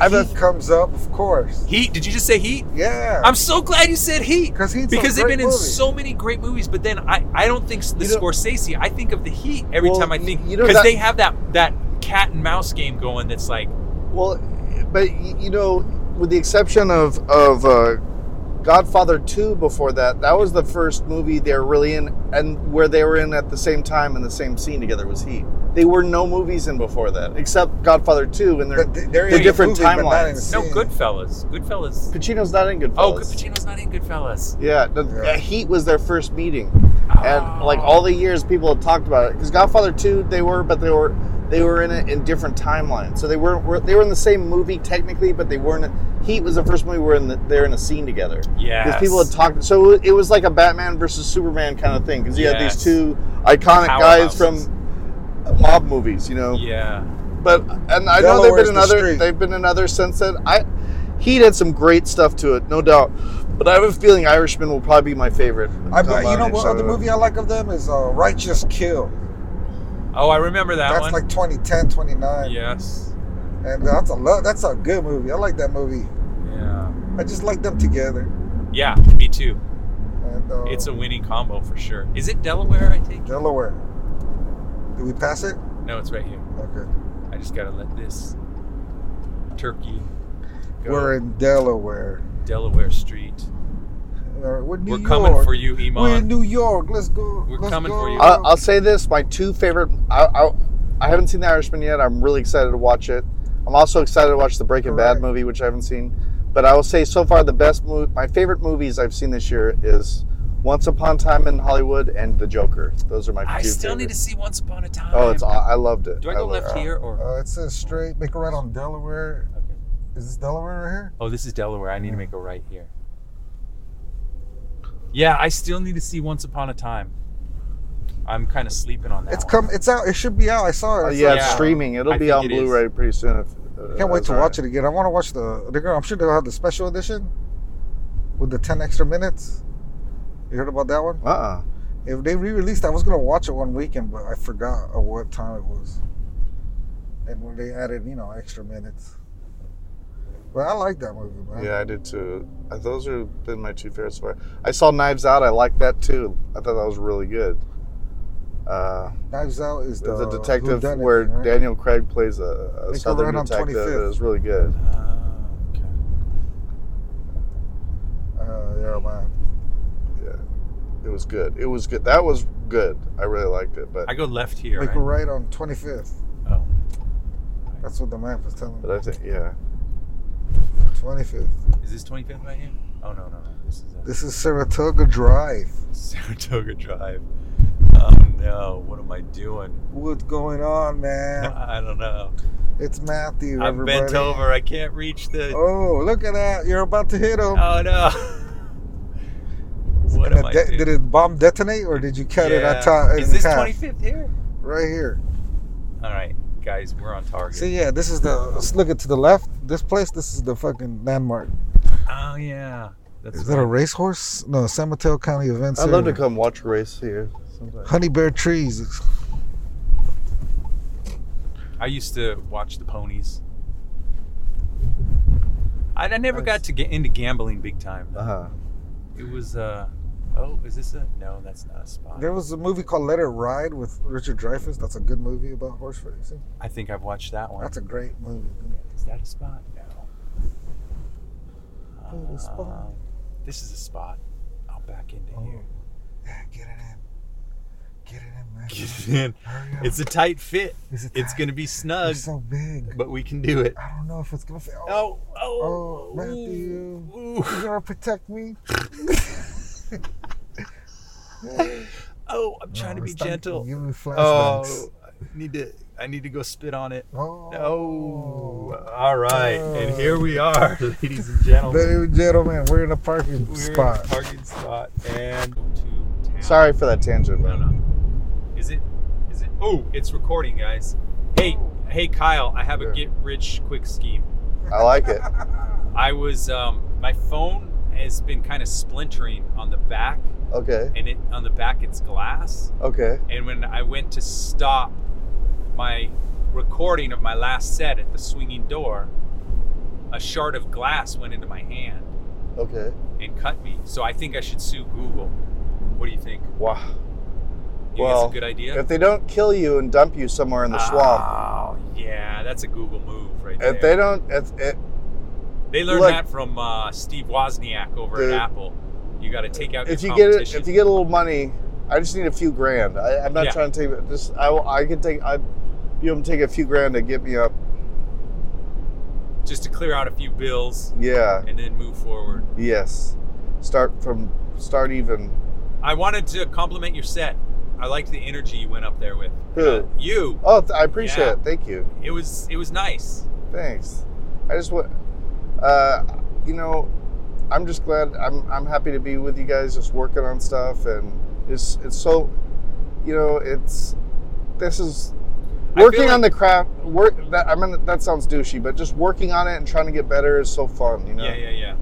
Speaker 3: I
Speaker 2: He
Speaker 3: have a-
Speaker 2: comes up, of course.
Speaker 1: Heat? Did you just say Heat?
Speaker 2: Yeah.
Speaker 1: I'm so glad you said Heat
Speaker 2: because he's a
Speaker 1: because they've
Speaker 2: great
Speaker 1: been in
Speaker 2: movie.
Speaker 1: so many great movies. But then I, I don't think the
Speaker 3: You know-
Speaker 1: Scorsese. I think of the Heat every
Speaker 3: Well,
Speaker 1: time I
Speaker 3: you-
Speaker 1: think
Speaker 3: you know
Speaker 1: because
Speaker 3: that-
Speaker 1: they have that that cat and mouse game going. That's like
Speaker 3: Well, but y- you know, with the exception of of uh, Godfather Two, before that, that was the first movie they were really in, and where they were in at the same time in the same scene together was Heat. They were no movies in before that, except Godfather Two, and they're,
Speaker 2: But they- they're in
Speaker 3: the
Speaker 2: the
Speaker 3: different
Speaker 2: movie, but not in
Speaker 3: timelines.
Speaker 2: the
Speaker 1: no
Speaker 2: scene.
Speaker 1: Goodfellas. Goodfellas.
Speaker 3: Pacino's not in Goodfellas.
Speaker 1: Oh, Good- Pacino's not in Goodfellas.
Speaker 3: Yeah, the,
Speaker 2: Yeah.
Speaker 3: uh, Heat was their first meeting, and like all the years, people have talked about it because Godfather Two, they were, but they were they were in it in different timelines, so they weren't were, they were in the same movie technically, but they weren't. Heat was the first movie where in the, they're in a scene together
Speaker 1: yeah,
Speaker 3: because people had talked. So it was like a Batman versus Superman kind of thing because you had
Speaker 1: Yes.
Speaker 3: these two iconic guys from mob movies, you know.
Speaker 1: Yeah,
Speaker 3: But and I know they've
Speaker 2: Delaware's
Speaker 3: been
Speaker 2: the
Speaker 3: another.
Speaker 2: street.
Speaker 3: They've been another since then. I he did some great stuff to it, no doubt. But I have a feeling Irishman will probably be my favorite.
Speaker 2: I, but you know
Speaker 3: combination
Speaker 2: what
Speaker 3: of
Speaker 2: other
Speaker 3: it.
Speaker 2: movie I like of them is uh, Righteous Kill.
Speaker 1: oh, I remember that
Speaker 2: that's
Speaker 1: one.
Speaker 2: like 2010, 29.
Speaker 1: yes,
Speaker 2: And that's a love. That's a good movie. I like that movie.
Speaker 1: yeah,
Speaker 2: I just like them together.
Speaker 1: yeah. Me too.
Speaker 2: And uh,
Speaker 1: It's a winning combo for sure. Is it Delaware? I think
Speaker 2: Delaware. Did we pass it?
Speaker 1: no, it's right here.
Speaker 2: Okay.
Speaker 1: I just gotta let this turkey go.
Speaker 2: We're in Delaware.
Speaker 1: Delaware Street.
Speaker 2: Uh, We're New
Speaker 1: We're
Speaker 2: York.
Speaker 1: coming for you,
Speaker 2: We're in
Speaker 1: Iman.
Speaker 2: New York. Let's go.
Speaker 1: We're
Speaker 2: Let's
Speaker 1: coming
Speaker 2: go.
Speaker 1: for you.
Speaker 3: I'll, I'll say this: my two favorite. I, I I haven't seen The Irishman yet. I'm really excited to watch it. I'm also excited to watch the Breaking
Speaker 2: Correct.
Speaker 3: Bad movie, which I haven't seen. But I will say, so far, the best movie, my favorite movies I've seen this year is Once Upon a Time in Hollywood and The Joker. Those are my.
Speaker 1: I
Speaker 3: two
Speaker 1: still need to
Speaker 3: favorites.
Speaker 1: see Once Upon a Time.
Speaker 3: Oh, it's aw- I loved it.
Speaker 1: Do I go
Speaker 3: lo-
Speaker 1: left here or?
Speaker 2: uh, it says straight. Make a right on Delaware.
Speaker 1: Okay.
Speaker 2: Is this Delaware right here?
Speaker 1: Oh, this is Delaware. I need to make a right here. Yeah, I still need to see Once Upon a Time. I'm kind of sleeping on that.
Speaker 2: It's
Speaker 1: one.
Speaker 2: come. It's out. It should be out. I saw
Speaker 3: Uh,
Speaker 2: it. It's
Speaker 3: yeah,
Speaker 2: out.
Speaker 3: it's
Speaker 1: Yeah.
Speaker 3: streaming. It'll
Speaker 1: I
Speaker 3: be
Speaker 1: think
Speaker 3: on
Speaker 1: it
Speaker 3: Blu-ray
Speaker 1: is.
Speaker 3: pretty soon. If, uh,
Speaker 2: Can't wait
Speaker 3: that's
Speaker 2: to
Speaker 3: all
Speaker 2: watch
Speaker 3: right.
Speaker 2: it again. I want to watch the. They're gonna, I'm sure they'll have the special edition with the 10 extra minutes. You heard about that one?
Speaker 3: Uh uh
Speaker 2: If they re-released, I was gonna watch it one weekend, but I forgot at what time it was. And when they added, you know, extra minutes. But I like that movie, man.
Speaker 3: Yeah, I did too. Uh, Those have been my two favorites. So far. I saw Knives Out. I liked that too. I thought that was really good. Uh,
Speaker 2: Knives Out is the,
Speaker 3: the detective
Speaker 2: whodunit
Speaker 3: where
Speaker 2: thing, right?
Speaker 3: Daniel Craig plays a- a,
Speaker 2: They go
Speaker 3: southern
Speaker 2: around on
Speaker 3: detective.
Speaker 2: 25th.
Speaker 3: It was really good.
Speaker 1: okay.
Speaker 2: Uh, yeah, man.
Speaker 3: Yeah, it was good. It was good. That was good. I really liked it. But
Speaker 1: I go left here.
Speaker 2: They
Speaker 1: right?
Speaker 2: go right on 25th.
Speaker 1: Oh.
Speaker 2: That's what the map is telling
Speaker 3: but
Speaker 2: me.
Speaker 3: I think yeah.
Speaker 2: 25th.
Speaker 1: Is this 25th right here? Oh, no, no, no. This is uh,
Speaker 2: This is Saratoga Drive.
Speaker 1: Saratoga Drive. Oh, no. What am I doing?
Speaker 2: What's going on, man?
Speaker 1: I don't know.
Speaker 2: It's Matthew.
Speaker 1: I'm
Speaker 2: everybody.
Speaker 1: bent over. I can't reach the. Oh,
Speaker 2: Oh, look at that! You're about to hit him.
Speaker 1: no. Oh, what
Speaker 2: And
Speaker 1: am I
Speaker 2: it de-
Speaker 1: doing?
Speaker 2: did it bomb detonate or did you cut it
Speaker 1: Yeah.
Speaker 2: at top?
Speaker 1: Is this 25th here?
Speaker 2: Right here.
Speaker 1: All right, guys, we're on target.
Speaker 2: See, yeah, this is the. Let's look at to the left. This place, this is the fucking landmark.
Speaker 1: Oh, yeah. That's
Speaker 2: Is that a racehorse? No, San Mateo County Event
Speaker 3: I'd love to
Speaker 2: Center.
Speaker 3: come watch race here. sometime.
Speaker 2: Honey Bear Trees.
Speaker 1: I used to watch the ponies. I, I never got
Speaker 3: Nice.
Speaker 1: to get into gambling big time.
Speaker 2: Uh-huh.
Speaker 1: though.
Speaker 3: Uh huh.
Speaker 1: It was uh oh, is this a no? That's not a spot.
Speaker 2: There was a movie called Let It Ride with Richard Dreyfuss. That's a good movie about horse racing. Oh,
Speaker 1: I think I've watched that one.
Speaker 2: That's a great movie.
Speaker 1: is that a spot? No.
Speaker 2: Oh, the spot.
Speaker 1: Um, this is a spot. I'll back into
Speaker 2: Oh.
Speaker 1: here.
Speaker 2: Yeah, get it in. Get it in, man.
Speaker 1: Get it in.
Speaker 2: Hurry up.
Speaker 1: It's a tight fit.
Speaker 2: Is it
Speaker 1: It's
Speaker 2: tight?
Speaker 1: gonna be snug,
Speaker 2: You're so big.
Speaker 1: but we can do it.
Speaker 2: I don't know if it's gonna fit. Oh,
Speaker 1: Oh, oh,
Speaker 2: Oh, Matthew.
Speaker 1: ooh,
Speaker 2: you
Speaker 1: ooh.
Speaker 2: gonna protect me?
Speaker 1: oh, I'm trying to
Speaker 2: No,
Speaker 1: be
Speaker 2: stop
Speaker 1: gentle.
Speaker 2: Giving me flashbacks.
Speaker 1: Oh, I need to. I need to go spit on it.
Speaker 2: Oh.
Speaker 1: Oh, all right, and here we are, ladies and gentlemen.
Speaker 2: Ladies and gentlemen, we're in a parking
Speaker 1: We're in a
Speaker 2: spot.
Speaker 1: parking spot, and to town.
Speaker 3: Sorry for that tangent.
Speaker 1: No,
Speaker 3: but-
Speaker 1: no. Is it? Is it? Oh, it's recording, guys. Hey, hey, Kyle. I have a
Speaker 3: Yeah.
Speaker 1: get rich quick scheme.
Speaker 3: I like it.
Speaker 1: I was. Um, my phone has been kind of splintering on the back,
Speaker 3: Okay.
Speaker 1: and it on the back it's glass.
Speaker 3: Okay.
Speaker 1: And when I went to stop my recording of my last set at the swinging door, a shard of glass went into my hand
Speaker 3: Okay.
Speaker 1: and cut me. So I think I should sue Google. What do you think?
Speaker 3: Wow.
Speaker 1: You think
Speaker 3: Well,
Speaker 1: it's a good idea?
Speaker 3: If they don't kill you and dump you somewhere in the
Speaker 1: Ah.
Speaker 3: swamp,
Speaker 1: Oh, yeah, that's a Google move right
Speaker 3: if
Speaker 1: there.
Speaker 3: they don't, if, it,
Speaker 1: They learned
Speaker 3: look-
Speaker 1: that from uh, Steve Wozniak over
Speaker 3: Dude.
Speaker 1: at Apple. You got to take out
Speaker 3: if
Speaker 1: your
Speaker 3: you get it,
Speaker 1: competition.
Speaker 3: if you get a little money, I just need a few grand. I, I'm not
Speaker 1: Yeah.
Speaker 3: trying to take just. I, will- I could take. I, you can take a few grand to get me up.
Speaker 1: Just to clear out a few bills
Speaker 3: Yeah.
Speaker 1: and then move forward.
Speaker 3: Yes. Start from. Start even.
Speaker 1: I wanted to compliment your set. I liked the energy you went up there with. Uh,
Speaker 3: Who?
Speaker 1: You.
Speaker 3: Oh, th- I appreciate
Speaker 1: Yeah.
Speaker 3: it. Thank you.
Speaker 1: It was it was nice.
Speaker 3: Thanks. I just want. Uh, you know, I'm just glad. I'm. I'm happy to be with you guys. Just working on stuff, and it's. It's so. You know, it's. This is
Speaker 1: I
Speaker 3: working
Speaker 1: feel
Speaker 3: on the craft. Work. That, I mean, that sounds douchey, but just working on it and trying to get better is so fun. You know.
Speaker 1: Yeah, yeah, yeah.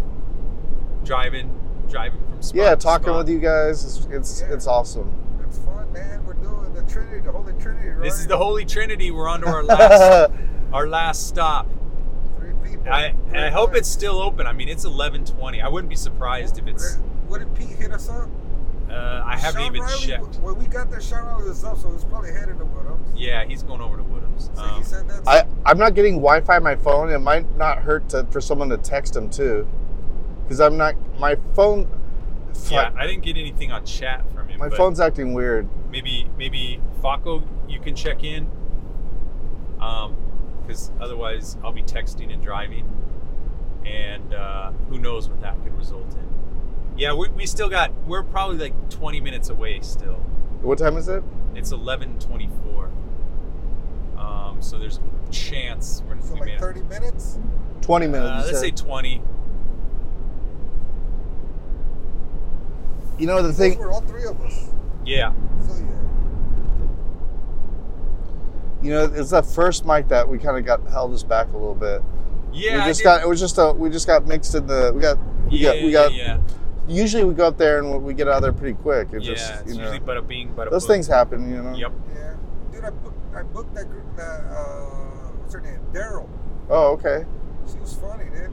Speaker 1: Driving, driving from spot.
Speaker 3: Yeah,
Speaker 1: to
Speaker 3: talking
Speaker 1: spot.
Speaker 3: with you guys, it's it's,
Speaker 2: Yeah.
Speaker 3: it's awesome.
Speaker 2: It's fun, man. We're doing the Trinity, the Holy Trinity, right?
Speaker 1: This is the Holy Trinity. We're on to our last our last stop.
Speaker 2: Three people.
Speaker 1: I and I
Speaker 2: Three
Speaker 1: hope
Speaker 2: guys.
Speaker 1: it's still open. I mean, it's 11:20. I wouldn't be surprised if it's.
Speaker 2: Wouldn't Pete hit us up?
Speaker 1: Uh, I haven't
Speaker 2: Sean
Speaker 1: even
Speaker 2: Riley,
Speaker 1: checked.
Speaker 2: When we got there, Sean Riley was up, so he's probably heading to Woodham.
Speaker 1: Yeah, he's going over to Woodham's.
Speaker 2: So
Speaker 1: Um,
Speaker 2: he said that.
Speaker 3: I I'm not getting Wi-Fi on my phone. It might not hurt to, for someone to text them too, because I'm not my phone.
Speaker 1: yeah, I didn't get anything on chat from him.
Speaker 3: my
Speaker 1: but
Speaker 3: phone's acting weird.
Speaker 1: Maybe maybe Faco, you can check in. Um, because otherwise I'll be texting and driving, and uh, who knows what that could result in. Yeah, we, we still got. We're probably like 20 minutes away still.
Speaker 3: What time is it?
Speaker 1: It's 11:24. Um, so there's a chance we're
Speaker 2: so
Speaker 1: we may
Speaker 2: like
Speaker 1: not-
Speaker 2: 30 minutes.
Speaker 3: Twenty minutes.
Speaker 1: Uh,
Speaker 3: you
Speaker 1: let's say
Speaker 3: said.
Speaker 1: 20.
Speaker 3: you know the
Speaker 2: Those
Speaker 3: thing.
Speaker 2: were all three of us.
Speaker 1: Yeah.
Speaker 2: So yeah.
Speaker 3: You know, it's that first mic that we kind of got held us back a little bit.
Speaker 1: Yeah.
Speaker 3: we
Speaker 1: I
Speaker 3: just
Speaker 1: did-
Speaker 3: got it was just a we just got mixed in the we got we
Speaker 1: yeah,
Speaker 3: got we
Speaker 1: yeah,
Speaker 3: got
Speaker 1: yeah.
Speaker 3: usually we go up there and we get out of there pretty quick. It
Speaker 1: yeah,
Speaker 3: just
Speaker 1: it's
Speaker 3: you know,
Speaker 1: usually bada bing, bada
Speaker 3: those
Speaker 1: boom.
Speaker 3: things happen, you know.
Speaker 1: Yep.
Speaker 2: Yeah, dude, I booked, I booked that group. That uh, what's her name? Daryl.
Speaker 3: Oh, okay.
Speaker 2: She was funny, dude.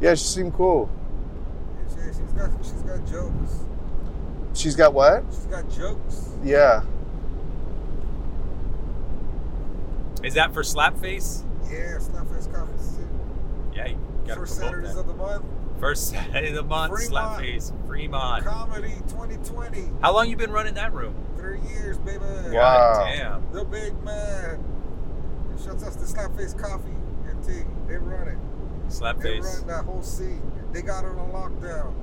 Speaker 3: Yeah, she seemed cool.
Speaker 2: Yeah, She, she's got she's got jokes.
Speaker 3: She's got what?
Speaker 2: She's got jokes.
Speaker 3: Yeah.
Speaker 1: Is that for Slapface?
Speaker 2: Yeah, Slapfest conference.
Speaker 1: Yeah, you gotta
Speaker 2: First
Speaker 1: promote
Speaker 2: Saturdays
Speaker 1: that.
Speaker 2: of the month.
Speaker 1: First Saturday of the month,
Speaker 2: Fremont.
Speaker 1: Slapface, Fremont.
Speaker 2: Comedy 2020.
Speaker 1: How long you been running that room?
Speaker 2: Three years, baby.
Speaker 3: Wow.
Speaker 1: damn.
Speaker 2: The big man. Shuts us to Slapface Coffee and Tea. They run it. They
Speaker 1: Slapface.
Speaker 2: run that whole scene. They got it on lockdown.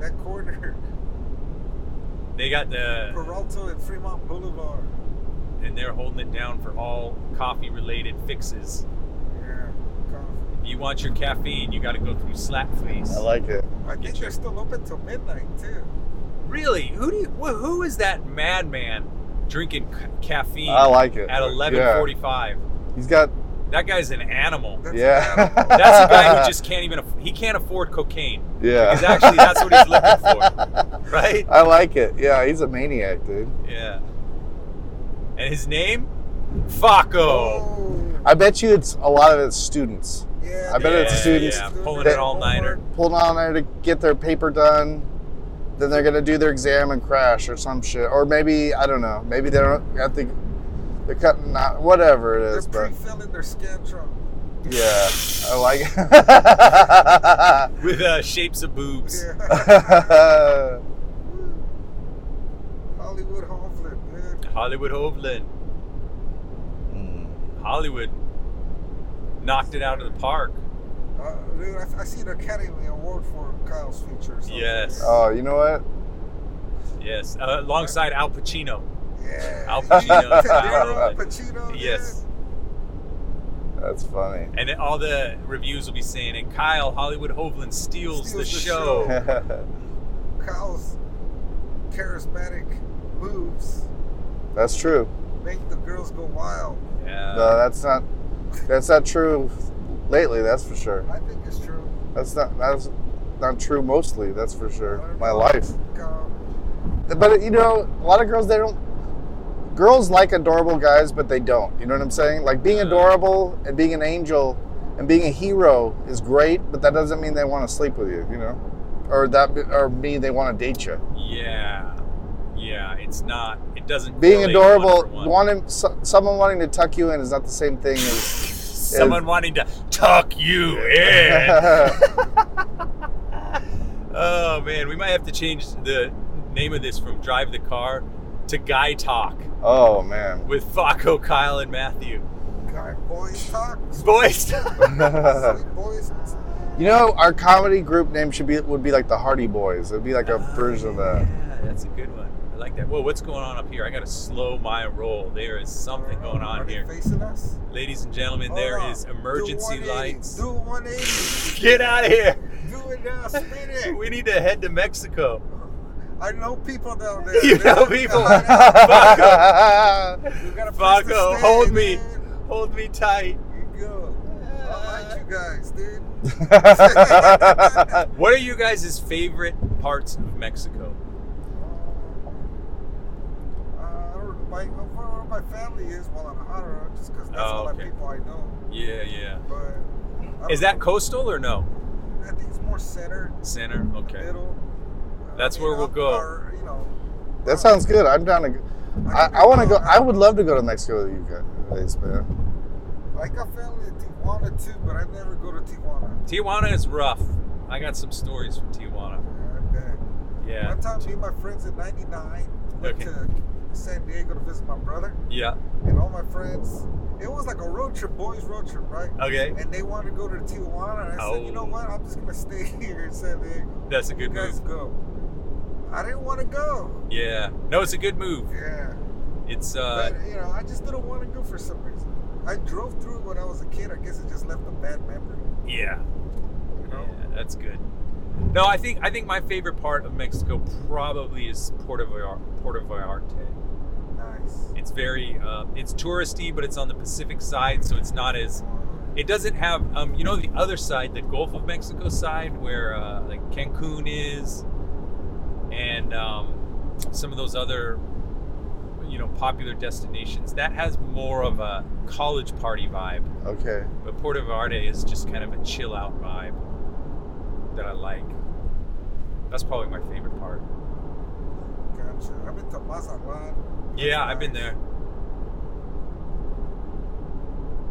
Speaker 2: That corner,
Speaker 1: They got the
Speaker 2: Peralto and Fremont Boulevard.
Speaker 1: and they're holding it down for all coffee related fixes.
Speaker 2: Yeah, coffee.
Speaker 1: If you want your caffeine, you gotta go through Slapface.
Speaker 3: I like it.
Speaker 2: I think they're still open till midnight too.
Speaker 1: Really? Who do you, wh- who is that madman drinking ca- caffeine
Speaker 3: I like it.
Speaker 1: at
Speaker 3: Yeah.
Speaker 1: 11:45?
Speaker 3: He's got
Speaker 1: That guy's an animal.
Speaker 2: That's
Speaker 3: yeah.
Speaker 2: bad.
Speaker 1: That's a guy who just can't even aff- he can't afford cocaine,
Speaker 3: yeah.
Speaker 1: because actually that's what he's looking right?
Speaker 3: I like it. Yeah, he's a maniac, dude.
Speaker 1: Yeah. And his name? Faco.
Speaker 2: Oh,
Speaker 3: I bet you it's a lot of it's students
Speaker 2: yeah,
Speaker 3: I bet
Speaker 1: yeah,
Speaker 3: it's students
Speaker 1: Yeah,
Speaker 2: Doing
Speaker 1: pulling
Speaker 2: their
Speaker 1: an all-nighter.
Speaker 2: homework.
Speaker 3: pulled on there to get their paper done. Then they're gonna do their exam and crash or some shit, or maybe I don't know. Maybe they don't. I think they're cutting out whatever it
Speaker 2: They're
Speaker 3: is, but
Speaker 2: pre-filling their scantron.
Speaker 3: yeah, I like it.
Speaker 1: With uh, shapes of boobs.
Speaker 2: Yeah. Hollywood Hovland, dude.
Speaker 1: Hollywood Hovland. Hollywood knocked it out of the park.
Speaker 2: Uh, dude, I, I see an Academy Award for Kyle's feature. or something.
Speaker 1: Yes.
Speaker 3: oh, you know what?
Speaker 1: Yes. Uh, alongside Al Pacino.
Speaker 2: Yeah.
Speaker 1: Al Pacino.
Speaker 2: De Niro,
Speaker 1: Al Pacino.
Speaker 2: Pacino, dude.
Speaker 1: Yes.
Speaker 3: That's funny.
Speaker 1: And then all the reviews will be saying, and Kyle Hollywood Hovland steals,
Speaker 2: Steals
Speaker 1: the,
Speaker 2: the
Speaker 1: show.
Speaker 2: show. Kyle's charismatic moves
Speaker 3: that's true.
Speaker 2: make the girls go wild.
Speaker 1: Yeah.
Speaker 3: No, that's not. That's not true. Lately, that's for sure.
Speaker 2: I think it's true.
Speaker 3: That's not. That's not true. Mostly, that's for sure. My life.
Speaker 2: Kyle,
Speaker 3: but you know, a lot of girls they don't. Girls like adorable guys, but they don't. You know what I'm saying? Like being adorable and being an angel and being a hero is great, but that doesn't mean they want to sleep with you. You know, or that or mean they want to date you.
Speaker 1: yeah. Yeah. It's not, it doesn't.
Speaker 3: Being
Speaker 1: correlate one
Speaker 3: adorable,
Speaker 1: for one.
Speaker 3: wanting so, someone wanting to tuck you in is not the same thing as.
Speaker 1: Someone wanting to tuck you in. Oh man, we might have to change the name of this from Drive the Car to Guy Talk
Speaker 3: oh man.
Speaker 1: with Faco, Kyle, and Matthew.
Speaker 2: guy, boys talk.
Speaker 1: Boys,
Speaker 2: Sweet boys.
Speaker 3: you know, our comedy group name should be would be like the Hardy Boys. It'd be like a version of that.
Speaker 1: Yeah, that's a good one. I like that. Whoa, what's going on up here? I gotta slow my roll. There is something going
Speaker 2: Are
Speaker 1: on
Speaker 2: they
Speaker 1: here,
Speaker 2: facing us?
Speaker 1: ladies and gentlemen.
Speaker 2: Hold
Speaker 1: There
Speaker 2: on.
Speaker 1: is
Speaker 2: Do
Speaker 1: emergency
Speaker 2: 180.
Speaker 1: lights.
Speaker 2: Do 180.
Speaker 1: Get out of here.
Speaker 2: Do it now. Spin it.
Speaker 1: We need to head to Mexico.
Speaker 2: I know people down there.
Speaker 1: You
Speaker 2: They're
Speaker 1: know
Speaker 2: freaking
Speaker 1: people.
Speaker 2: out. You got a place to
Speaker 1: Faco,
Speaker 2: stay,
Speaker 1: hold me.
Speaker 2: man.
Speaker 1: Hold me tight.
Speaker 2: You go. I like you guys, dude.
Speaker 1: What are you guys' favorite parts of Mexico?
Speaker 2: Uh, I don't my, where my family is while I'm hotter, just because that's
Speaker 1: Oh,
Speaker 2: all the
Speaker 1: okay.
Speaker 2: people I know.
Speaker 1: Yeah, yeah.
Speaker 2: But I
Speaker 1: Is
Speaker 2: don't
Speaker 1: that coastal or no?
Speaker 2: know. I think it's more center,
Speaker 1: Center. Okay.
Speaker 2: middle. uh,
Speaker 1: That's
Speaker 2: you
Speaker 1: where
Speaker 2: know,
Speaker 1: we'll go.
Speaker 2: Or, you know,
Speaker 3: That sounds good. I'm down to. go- I, I want to go. I would love to go to Mexico with you guys, man.
Speaker 2: I got family in Tijuana too, but I never go to Tijuana.
Speaker 1: Tijuana is rough. I got some stories from Tijuana.
Speaker 2: Okay.
Speaker 1: Yeah.
Speaker 2: One time, me and my friends in '99 went
Speaker 1: Okay.
Speaker 2: to San Diego to visit my brother
Speaker 1: Yeah.
Speaker 2: and all my friends. It was like a road trip, boys' road trip, right?
Speaker 1: Okay.
Speaker 2: And they wanted to go to Tijuana, and I said, you know
Speaker 1: Oh.
Speaker 2: what? I'm just gonna stay here in San Diego.
Speaker 1: That's a good
Speaker 2: you guys
Speaker 1: move.
Speaker 2: go. I didn't want to go.
Speaker 1: Yeah. No, it's a good move.
Speaker 2: Yeah.
Speaker 1: It's uh
Speaker 2: But, you know, I just didn't want to go for some reason. I drove through it when I was a kid. I guess it just left a bad memory.
Speaker 1: yeah.
Speaker 2: You know?
Speaker 1: Yeah, that's good. No, I think I think my favorite part of Mexico probably is Puerto Vallarta. Puerto Vallarta.
Speaker 2: Nice.
Speaker 1: It's very uh, it's touristy, but it's on the Pacific side, so it's not as It doesn't have, um, you know, the other side, the Gulf of Mexico side, where uh, like Cancun is, and um, some of those other you know popular destinations that has more of a college party vibe
Speaker 3: Okay.
Speaker 1: but Puerto Vallarta is just kind of a chill out vibe that I like. That's probably my favorite part.
Speaker 2: Gotcha. I've been to Mazatlan,
Speaker 1: Yeah, I've been there.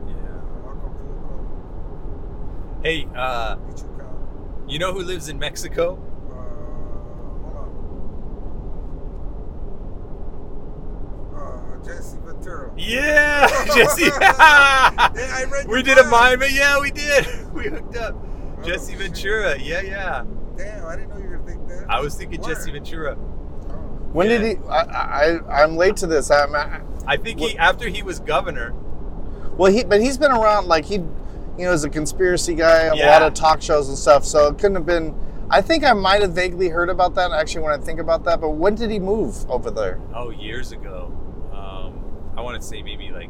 Speaker 1: Yeah.
Speaker 2: Acapulco,
Speaker 1: Hey, uh,
Speaker 2: Michoacan.
Speaker 1: you know who lives in Mexico?
Speaker 2: Uh, hold on. Uh, Jesse Ventura.
Speaker 1: Yeah, Jesse.
Speaker 2: Yeah, I read
Speaker 1: we
Speaker 2: your
Speaker 1: did a
Speaker 2: mind.
Speaker 1: mime, but yeah, we did. We hooked up.
Speaker 2: Oh,
Speaker 1: Jesse
Speaker 2: shit.
Speaker 1: Ventura. Yeah, yeah.
Speaker 2: Damn, I didn't know you were thinking that.
Speaker 1: I was thinking Jesse
Speaker 2: Word.
Speaker 1: Ventura.
Speaker 2: Oh,
Speaker 3: When
Speaker 1: Yeah.
Speaker 3: did he? I, I I'm late to this. I'm I,
Speaker 1: I think he
Speaker 3: What-
Speaker 1: after he was governor.
Speaker 3: well. He but he's been around like he, you know, is a conspiracy guy. A lot
Speaker 1: Yeah.
Speaker 3: of talk shows and stuff. So it couldn't have been. I think I might have vaguely heard about that actually when I think about that. But when did he move over there?
Speaker 1: Oh, years ago. Um, I want to say maybe like.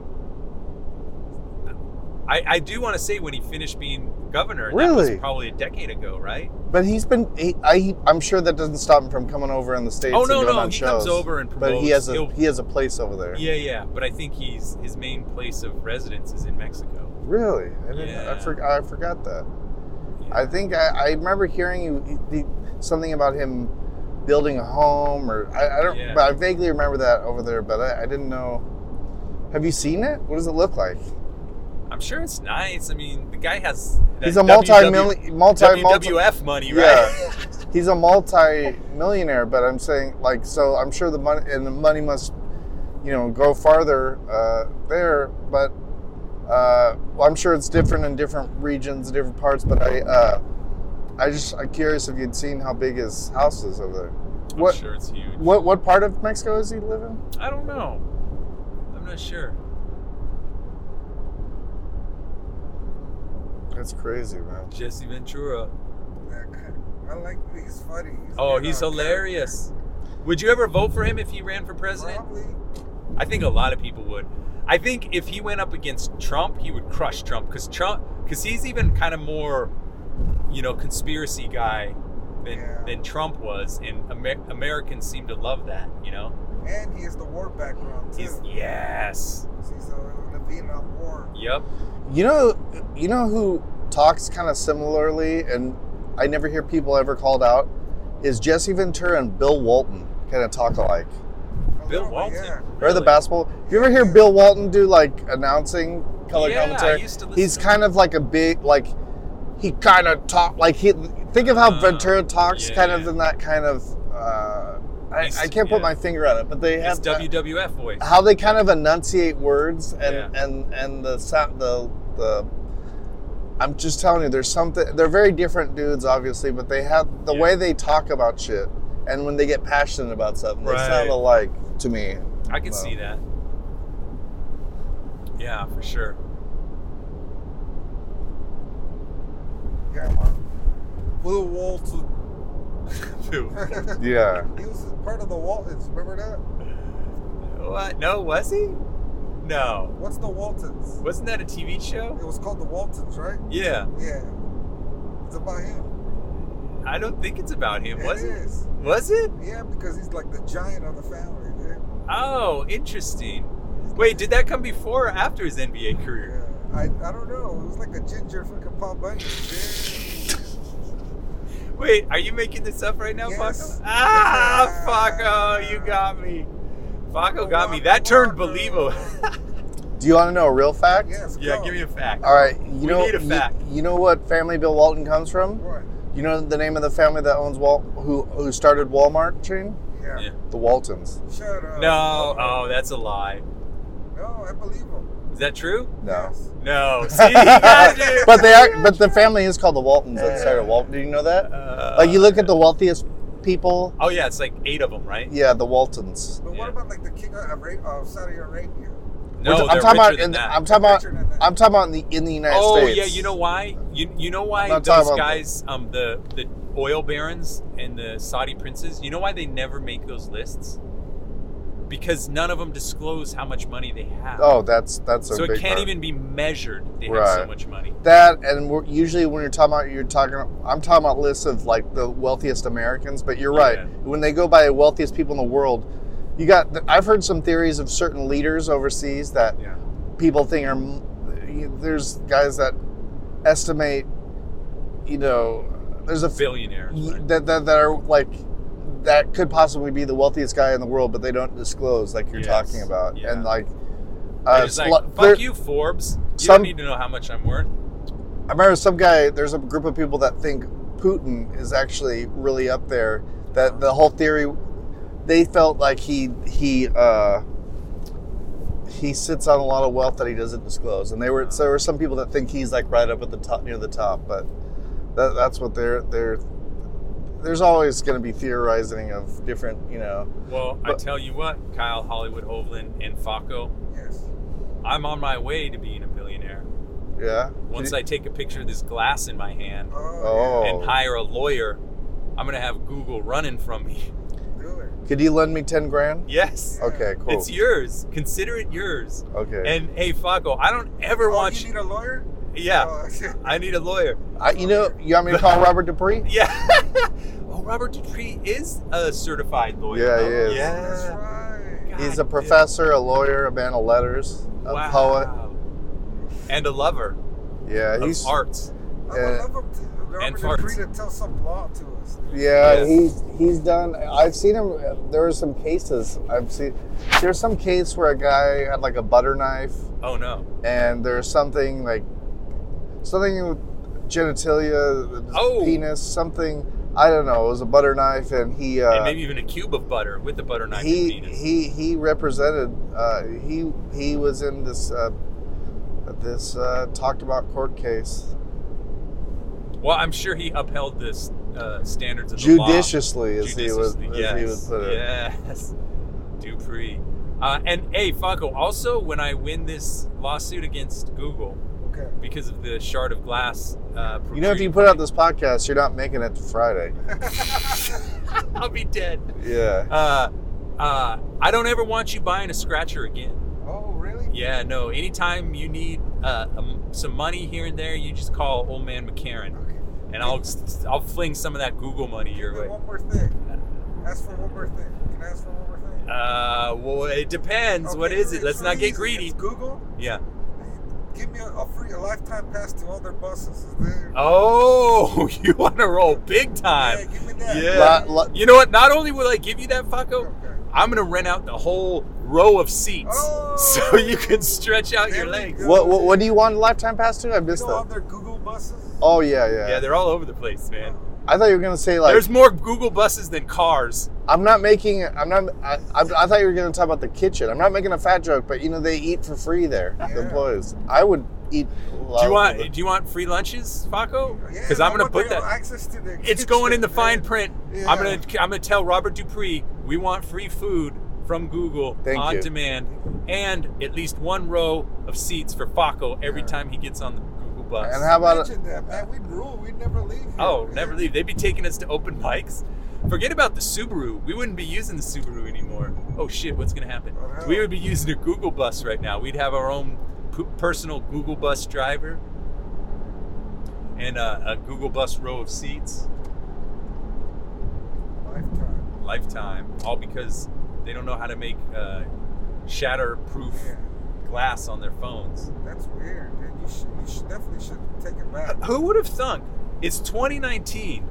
Speaker 1: I, I do want to say when he finished being governor. and That
Speaker 3: Really?
Speaker 1: was probably a decade ago, right?
Speaker 3: But he's been. He, I I'm sure that doesn't stop him from coming over in the states.
Speaker 1: oh
Speaker 3: and
Speaker 1: no,
Speaker 3: doing
Speaker 1: no,
Speaker 3: on
Speaker 1: he
Speaker 3: shows.
Speaker 1: comes over and promotes.
Speaker 3: But he has a
Speaker 1: He'll-
Speaker 3: he has a place over there.
Speaker 1: yeah, yeah. But I think he's his main place of residence is in Mexico.
Speaker 3: Really? I didn't. I,
Speaker 1: Yeah.
Speaker 3: for, I forgot that.
Speaker 1: Yeah.
Speaker 3: I think I, I remember hearing you the, something about him building a home, or I, I don't.
Speaker 1: Yeah.
Speaker 3: But I vaguely remember that over there, but I, I didn't know. Have you seen it? What does it look like?
Speaker 1: I'm sure it's nice. I mean, the guy has. that
Speaker 3: He's a
Speaker 1: WW
Speaker 3: multi-million, multi, multi,
Speaker 1: WWF money, right?
Speaker 3: Yeah. He's a multi-millionaire, but I'm saying like so. I'm sure the money and the money must, you know, go farther uh, there. But uh, well, I'm sure it's different in different regions, different parts. But I, uh, I just I'm curious if you'd seen how big his house is over there.
Speaker 1: I'm
Speaker 3: What
Speaker 1: sure it's huge.
Speaker 3: what what part of Mexico is he living?
Speaker 1: I don't know. I'm not sure.
Speaker 3: That's crazy, man.
Speaker 1: Jesse Ventura.
Speaker 2: that guy. I like he's funny. He's
Speaker 1: Oh,
Speaker 2: good
Speaker 1: he's
Speaker 2: on camera.
Speaker 1: hilarious. Would you ever vote for him if he ran for president?
Speaker 2: Probably.
Speaker 1: I think a lot of people would. I think if he went up against Trump, he would crush Trump because Trump because he's even kind of more, you know, conspiracy guy than
Speaker 2: Yeah.
Speaker 1: than Trump was, and Amer- Americans seem to love that. You know,
Speaker 2: And he has the war background too.
Speaker 1: he's yes,
Speaker 2: He's uh, in the Vietnam War.
Speaker 1: yep,
Speaker 3: You know, you know who talks kind of similarly, and I never hear people ever called out, is Jesse Ventura and Bill Walton kind of talk alike.
Speaker 2: A little
Speaker 1: Bill
Speaker 2: bit,
Speaker 1: Walton.
Speaker 2: Yeah.
Speaker 3: Or the
Speaker 1: really.
Speaker 3: basketball. You ever hear Bill Walton do like announcing color
Speaker 1: yeah, I
Speaker 3: commentary?
Speaker 1: used to listen
Speaker 3: He's
Speaker 1: to
Speaker 3: kind of like a big like he kind of talk like he think of how
Speaker 1: Uh,
Speaker 3: Ventura talks
Speaker 1: yeah,
Speaker 3: kind of
Speaker 1: yeah.
Speaker 3: in that kind of uh, I,
Speaker 1: He's-
Speaker 3: I can't put
Speaker 1: yeah.
Speaker 3: my finger on it, but they
Speaker 1: his
Speaker 3: have that-
Speaker 1: WWF voice.
Speaker 3: how they kind of enunciate words and
Speaker 1: Yeah.
Speaker 3: and and the sound the the I'm just telling you, there's something. They're very different dudes, obviously, but they have the
Speaker 1: Yeah.
Speaker 3: way they talk about shit, and when they get passionate about something, they sound
Speaker 1: Right.
Speaker 3: alike to me.
Speaker 1: I can
Speaker 3: Wow.
Speaker 1: see that. Yeah, for sure.
Speaker 2: Yeah. man. Bill Walton.
Speaker 3: Yeah.
Speaker 2: he was part of the Waltons. Remember that?
Speaker 1: what? No, was he? No.
Speaker 2: What's the Waltons?
Speaker 1: Wasn't that a TV show?
Speaker 2: It was called the Waltons, right?
Speaker 1: Yeah.
Speaker 2: Yeah. It's about him.
Speaker 1: I don't think it's about him, was it?
Speaker 2: is.
Speaker 1: Was it?
Speaker 2: Yeah, because he's like the giant of the family, dude.
Speaker 1: Oh, interesting. Wait, did that come before or after his NBA career?
Speaker 2: Yeah. I, I don't know. It was like a ginger fucking pop bunny, dude.
Speaker 1: Wait, are you making this up right now,
Speaker 2: Yes.
Speaker 1: Faco? Ah, Faco, you got me. Faco got me. That turned believable.
Speaker 3: Do you want to know a real fact?
Speaker 2: Yes.
Speaker 1: yeah,
Speaker 2: go.
Speaker 1: give me a fact.
Speaker 3: All right. You
Speaker 1: We
Speaker 3: know.
Speaker 1: need a
Speaker 3: you-
Speaker 1: fact.
Speaker 3: You, know what family Bill Walton comes from?
Speaker 2: What?
Speaker 3: You know the name of the family that owns Wal who who started Walmart chain?
Speaker 2: Yeah.
Speaker 1: Yeah.
Speaker 3: The Waltons.
Speaker 2: Shut up.
Speaker 1: No, oh, that's a lie.
Speaker 2: No, I believe him.
Speaker 1: Is that true?
Speaker 3: No.
Speaker 2: Yes.
Speaker 1: No. See, you got it.
Speaker 3: but they are, but the family is called the Waltons that started Walton. Do you know that?
Speaker 1: Uh,
Speaker 3: Like you look at the wealthiest people.
Speaker 1: Oh yeah, it's like eight of them, right?
Speaker 3: Yeah, the Waltons.
Speaker 2: But what
Speaker 1: Yeah.
Speaker 2: about like the king of, Ara- of Saudi Arabia?
Speaker 1: No,
Speaker 3: Which-
Speaker 1: they're
Speaker 3: I'm talking
Speaker 1: richer
Speaker 3: about.
Speaker 1: than
Speaker 3: in,
Speaker 1: that.
Speaker 3: I'm talking about.
Speaker 2: Richer than that.
Speaker 3: I'm talking about in the in the United
Speaker 1: oh
Speaker 3: States.
Speaker 1: yeah, you know why? You you know why
Speaker 3: I'm not talking
Speaker 1: those
Speaker 3: about-
Speaker 1: guys, um, the the oil barons and the Saudi princes, you know why they never make those lists? because none of them disclose how much money they have.
Speaker 3: Oh, that's that's a
Speaker 1: so
Speaker 3: big
Speaker 1: it can't
Speaker 3: part.
Speaker 1: even be measured. They have so
Speaker 3: Right.
Speaker 1: much money.
Speaker 3: that and we're, usually when you're talking about you're talking I'm talking about lists of like the wealthiest Americans but you're right
Speaker 1: Yeah.
Speaker 3: when they go by wealthiest people in the world you got I've heard some theories of certain leaders overseas that
Speaker 1: Yeah.
Speaker 3: people think are there's guys that estimate you know there's a
Speaker 1: Billionaires. right?
Speaker 3: that, that that are like that could possibly be the wealthiest guy in the world but they don't disclose like you're
Speaker 1: Yes.
Speaker 3: talking about
Speaker 1: Yeah.
Speaker 3: and like
Speaker 1: They're just
Speaker 3: it's
Speaker 1: like,
Speaker 3: lo-
Speaker 1: fuck
Speaker 3: there-
Speaker 1: you, Forbes. You
Speaker 3: Uh, some-
Speaker 1: don't need to know how much I'm worth.
Speaker 3: I remember some guy. There's a group of people that think Putin is actually really up there. That the whole theory, they felt like he he uh, he sits on a lot of wealth that he doesn't disclose, and they were so there were some people that think he's like right up at the top near the top. But that, that's what they're they're. There's always going to be theorizing of different, you know.
Speaker 1: Well, I
Speaker 3: But-
Speaker 1: tell you what, Kyle Hollywood Hovland and Faco,
Speaker 2: Yes.
Speaker 1: I'm on my way to being a billionaire.
Speaker 3: Yeah.
Speaker 1: Once I take a picture of this glass in my hand
Speaker 2: Oh,
Speaker 1: and
Speaker 3: Oh.
Speaker 1: hire a lawyer, I'm gonna have Google running from me.
Speaker 2: yeah, do it.
Speaker 3: Could you lend me ten grand?
Speaker 1: Yes,
Speaker 3: Okay. Cool.
Speaker 1: it's yours. Consider it yours.
Speaker 3: okay.
Speaker 1: And hey, Faco, I don't ever
Speaker 2: Oh,
Speaker 1: want
Speaker 2: you need a lawyer?
Speaker 1: Yeah,
Speaker 2: Oh, okay.
Speaker 1: I need a lawyer.
Speaker 3: I, you know, you want me to call Robert Dupree?
Speaker 1: Yeah. oh, Robert Dupree is a certified lawyer.
Speaker 3: Yeah, he
Speaker 1: though.
Speaker 3: is.
Speaker 2: That's
Speaker 1: Yeah.
Speaker 2: right.
Speaker 1: God
Speaker 3: He's a
Speaker 1: damn.
Speaker 3: professor, a lawyer, a man of letters, a
Speaker 1: Wow.
Speaker 3: poet.
Speaker 1: And a lover
Speaker 3: Yeah, he's
Speaker 1: of arts.
Speaker 2: I
Speaker 3: Yeah.
Speaker 2: would love him to, uh,
Speaker 1: And
Speaker 2: Robert Dupree to
Speaker 1: farts.
Speaker 2: tell some law to us.
Speaker 3: yeah,
Speaker 1: Yes.
Speaker 3: he's he's done. I've seen him. There were some cases I've seen. There's some case where a guy had like a butter knife,
Speaker 1: Oh no.
Speaker 3: and there's something like something with genitalia,
Speaker 1: Oh.
Speaker 3: penis, something. I don't know. It was a butter knife, and he uh,
Speaker 1: and maybe even a cube of butter with the butter knife
Speaker 3: he
Speaker 1: and penis.
Speaker 3: he he represented uh, he he was in this uh, this uh, talked about court case
Speaker 1: well, I'm sure he upheld this uh, standards of the law.
Speaker 3: judiciously as he was
Speaker 1: Judiciously,
Speaker 3: as he would put it
Speaker 1: Yes. Dupree. Uh, and hey, Funko, also when I win this lawsuit against Google
Speaker 2: Okay.
Speaker 1: because of the shard of glass, uh,
Speaker 3: you know if you put out this podcast you're not making it to friday
Speaker 1: I'll be dead.
Speaker 3: yeah
Speaker 1: Uh, uh, I don't ever want you buying a scratcher again.
Speaker 2: Oh, really?
Speaker 1: Yeah, no. Anytime you need uh, um, some money here and there, you just call old man McCarran,
Speaker 2: Okay.
Speaker 1: and I'll I'll fling some of that Google money your
Speaker 2: Wait,
Speaker 1: way.
Speaker 2: one more thing. Ask for one more thing. Can I ask for one more thing?
Speaker 1: Uh, well, it depends.
Speaker 2: Okay,
Speaker 1: what is it?
Speaker 2: it's
Speaker 1: Let's not
Speaker 2: really
Speaker 1: get
Speaker 2: easy.
Speaker 1: greedy.
Speaker 2: It's Google,
Speaker 1: Yeah.
Speaker 2: give me a, a free a lifetime pass to all their buses. Is there-
Speaker 1: Uh, Oh, you want to roll big
Speaker 2: yeah,
Speaker 1: time.
Speaker 2: give me that.
Speaker 1: Yeah.
Speaker 3: La- la-
Speaker 1: You know what? Not only will I give you that fucko,
Speaker 2: Okay.
Speaker 1: I'm gonna rent out the whole row of seats
Speaker 2: Oh.
Speaker 1: so you can stretch out
Speaker 2: There
Speaker 1: your
Speaker 2: we
Speaker 1: legs.
Speaker 2: go.
Speaker 3: what, what what do you want a lifetime pass to i
Speaker 2: You
Speaker 3: missed
Speaker 2: know all
Speaker 3: that
Speaker 2: their Google buses?
Speaker 3: oh yeah yeah,
Speaker 1: Yeah, they're all over the place, man.
Speaker 3: i thought you were gonna say like
Speaker 1: There's more Google buses than cars.
Speaker 3: i'm not making i'm not I, I, I thought you were gonna talk about the kitchen i'm not making a fat joke but you know they eat for free there the
Speaker 2: Yeah.
Speaker 3: employees i would eat
Speaker 1: Do you want do you want free lunches, Faco?
Speaker 2: Yeah,
Speaker 1: Because
Speaker 2: I
Speaker 1: I'm gonna
Speaker 2: want
Speaker 1: put
Speaker 2: their
Speaker 1: that.
Speaker 2: access to their
Speaker 1: It's going in the
Speaker 2: kitchen,
Speaker 1: fine
Speaker 2: man.
Speaker 1: print.
Speaker 2: Yeah.
Speaker 1: I'm gonna I'm gonna tell Robert Dupree we want free food from Google
Speaker 3: Thank
Speaker 1: on
Speaker 3: you.
Speaker 1: demand and at least one row of seats for Faco every
Speaker 2: Yeah.
Speaker 1: time he gets on the Google bus.
Speaker 3: and how about
Speaker 2: Imagine that, man. We'd rule. We'd never leave. here,
Speaker 1: Oh,
Speaker 2: man.
Speaker 1: never leave. They'd be taking us to open mics. Forget about the Subaru. We wouldn't be using the Subaru anymore. Oh shit, what's gonna happen?
Speaker 2: Oh, no.
Speaker 1: We would be using a Google bus right now. We'd have our own p- personal Google bus driver and uh, a Google bus row of seats,
Speaker 2: Lifetime.
Speaker 1: lifetime, all because they don't know how to make uh, shatter-proof
Speaker 2: Yeah,
Speaker 1: glass on their phones.
Speaker 2: that's weird, dude. You should, you should definitely should take it back.
Speaker 1: Who would have thunk? It's 2019,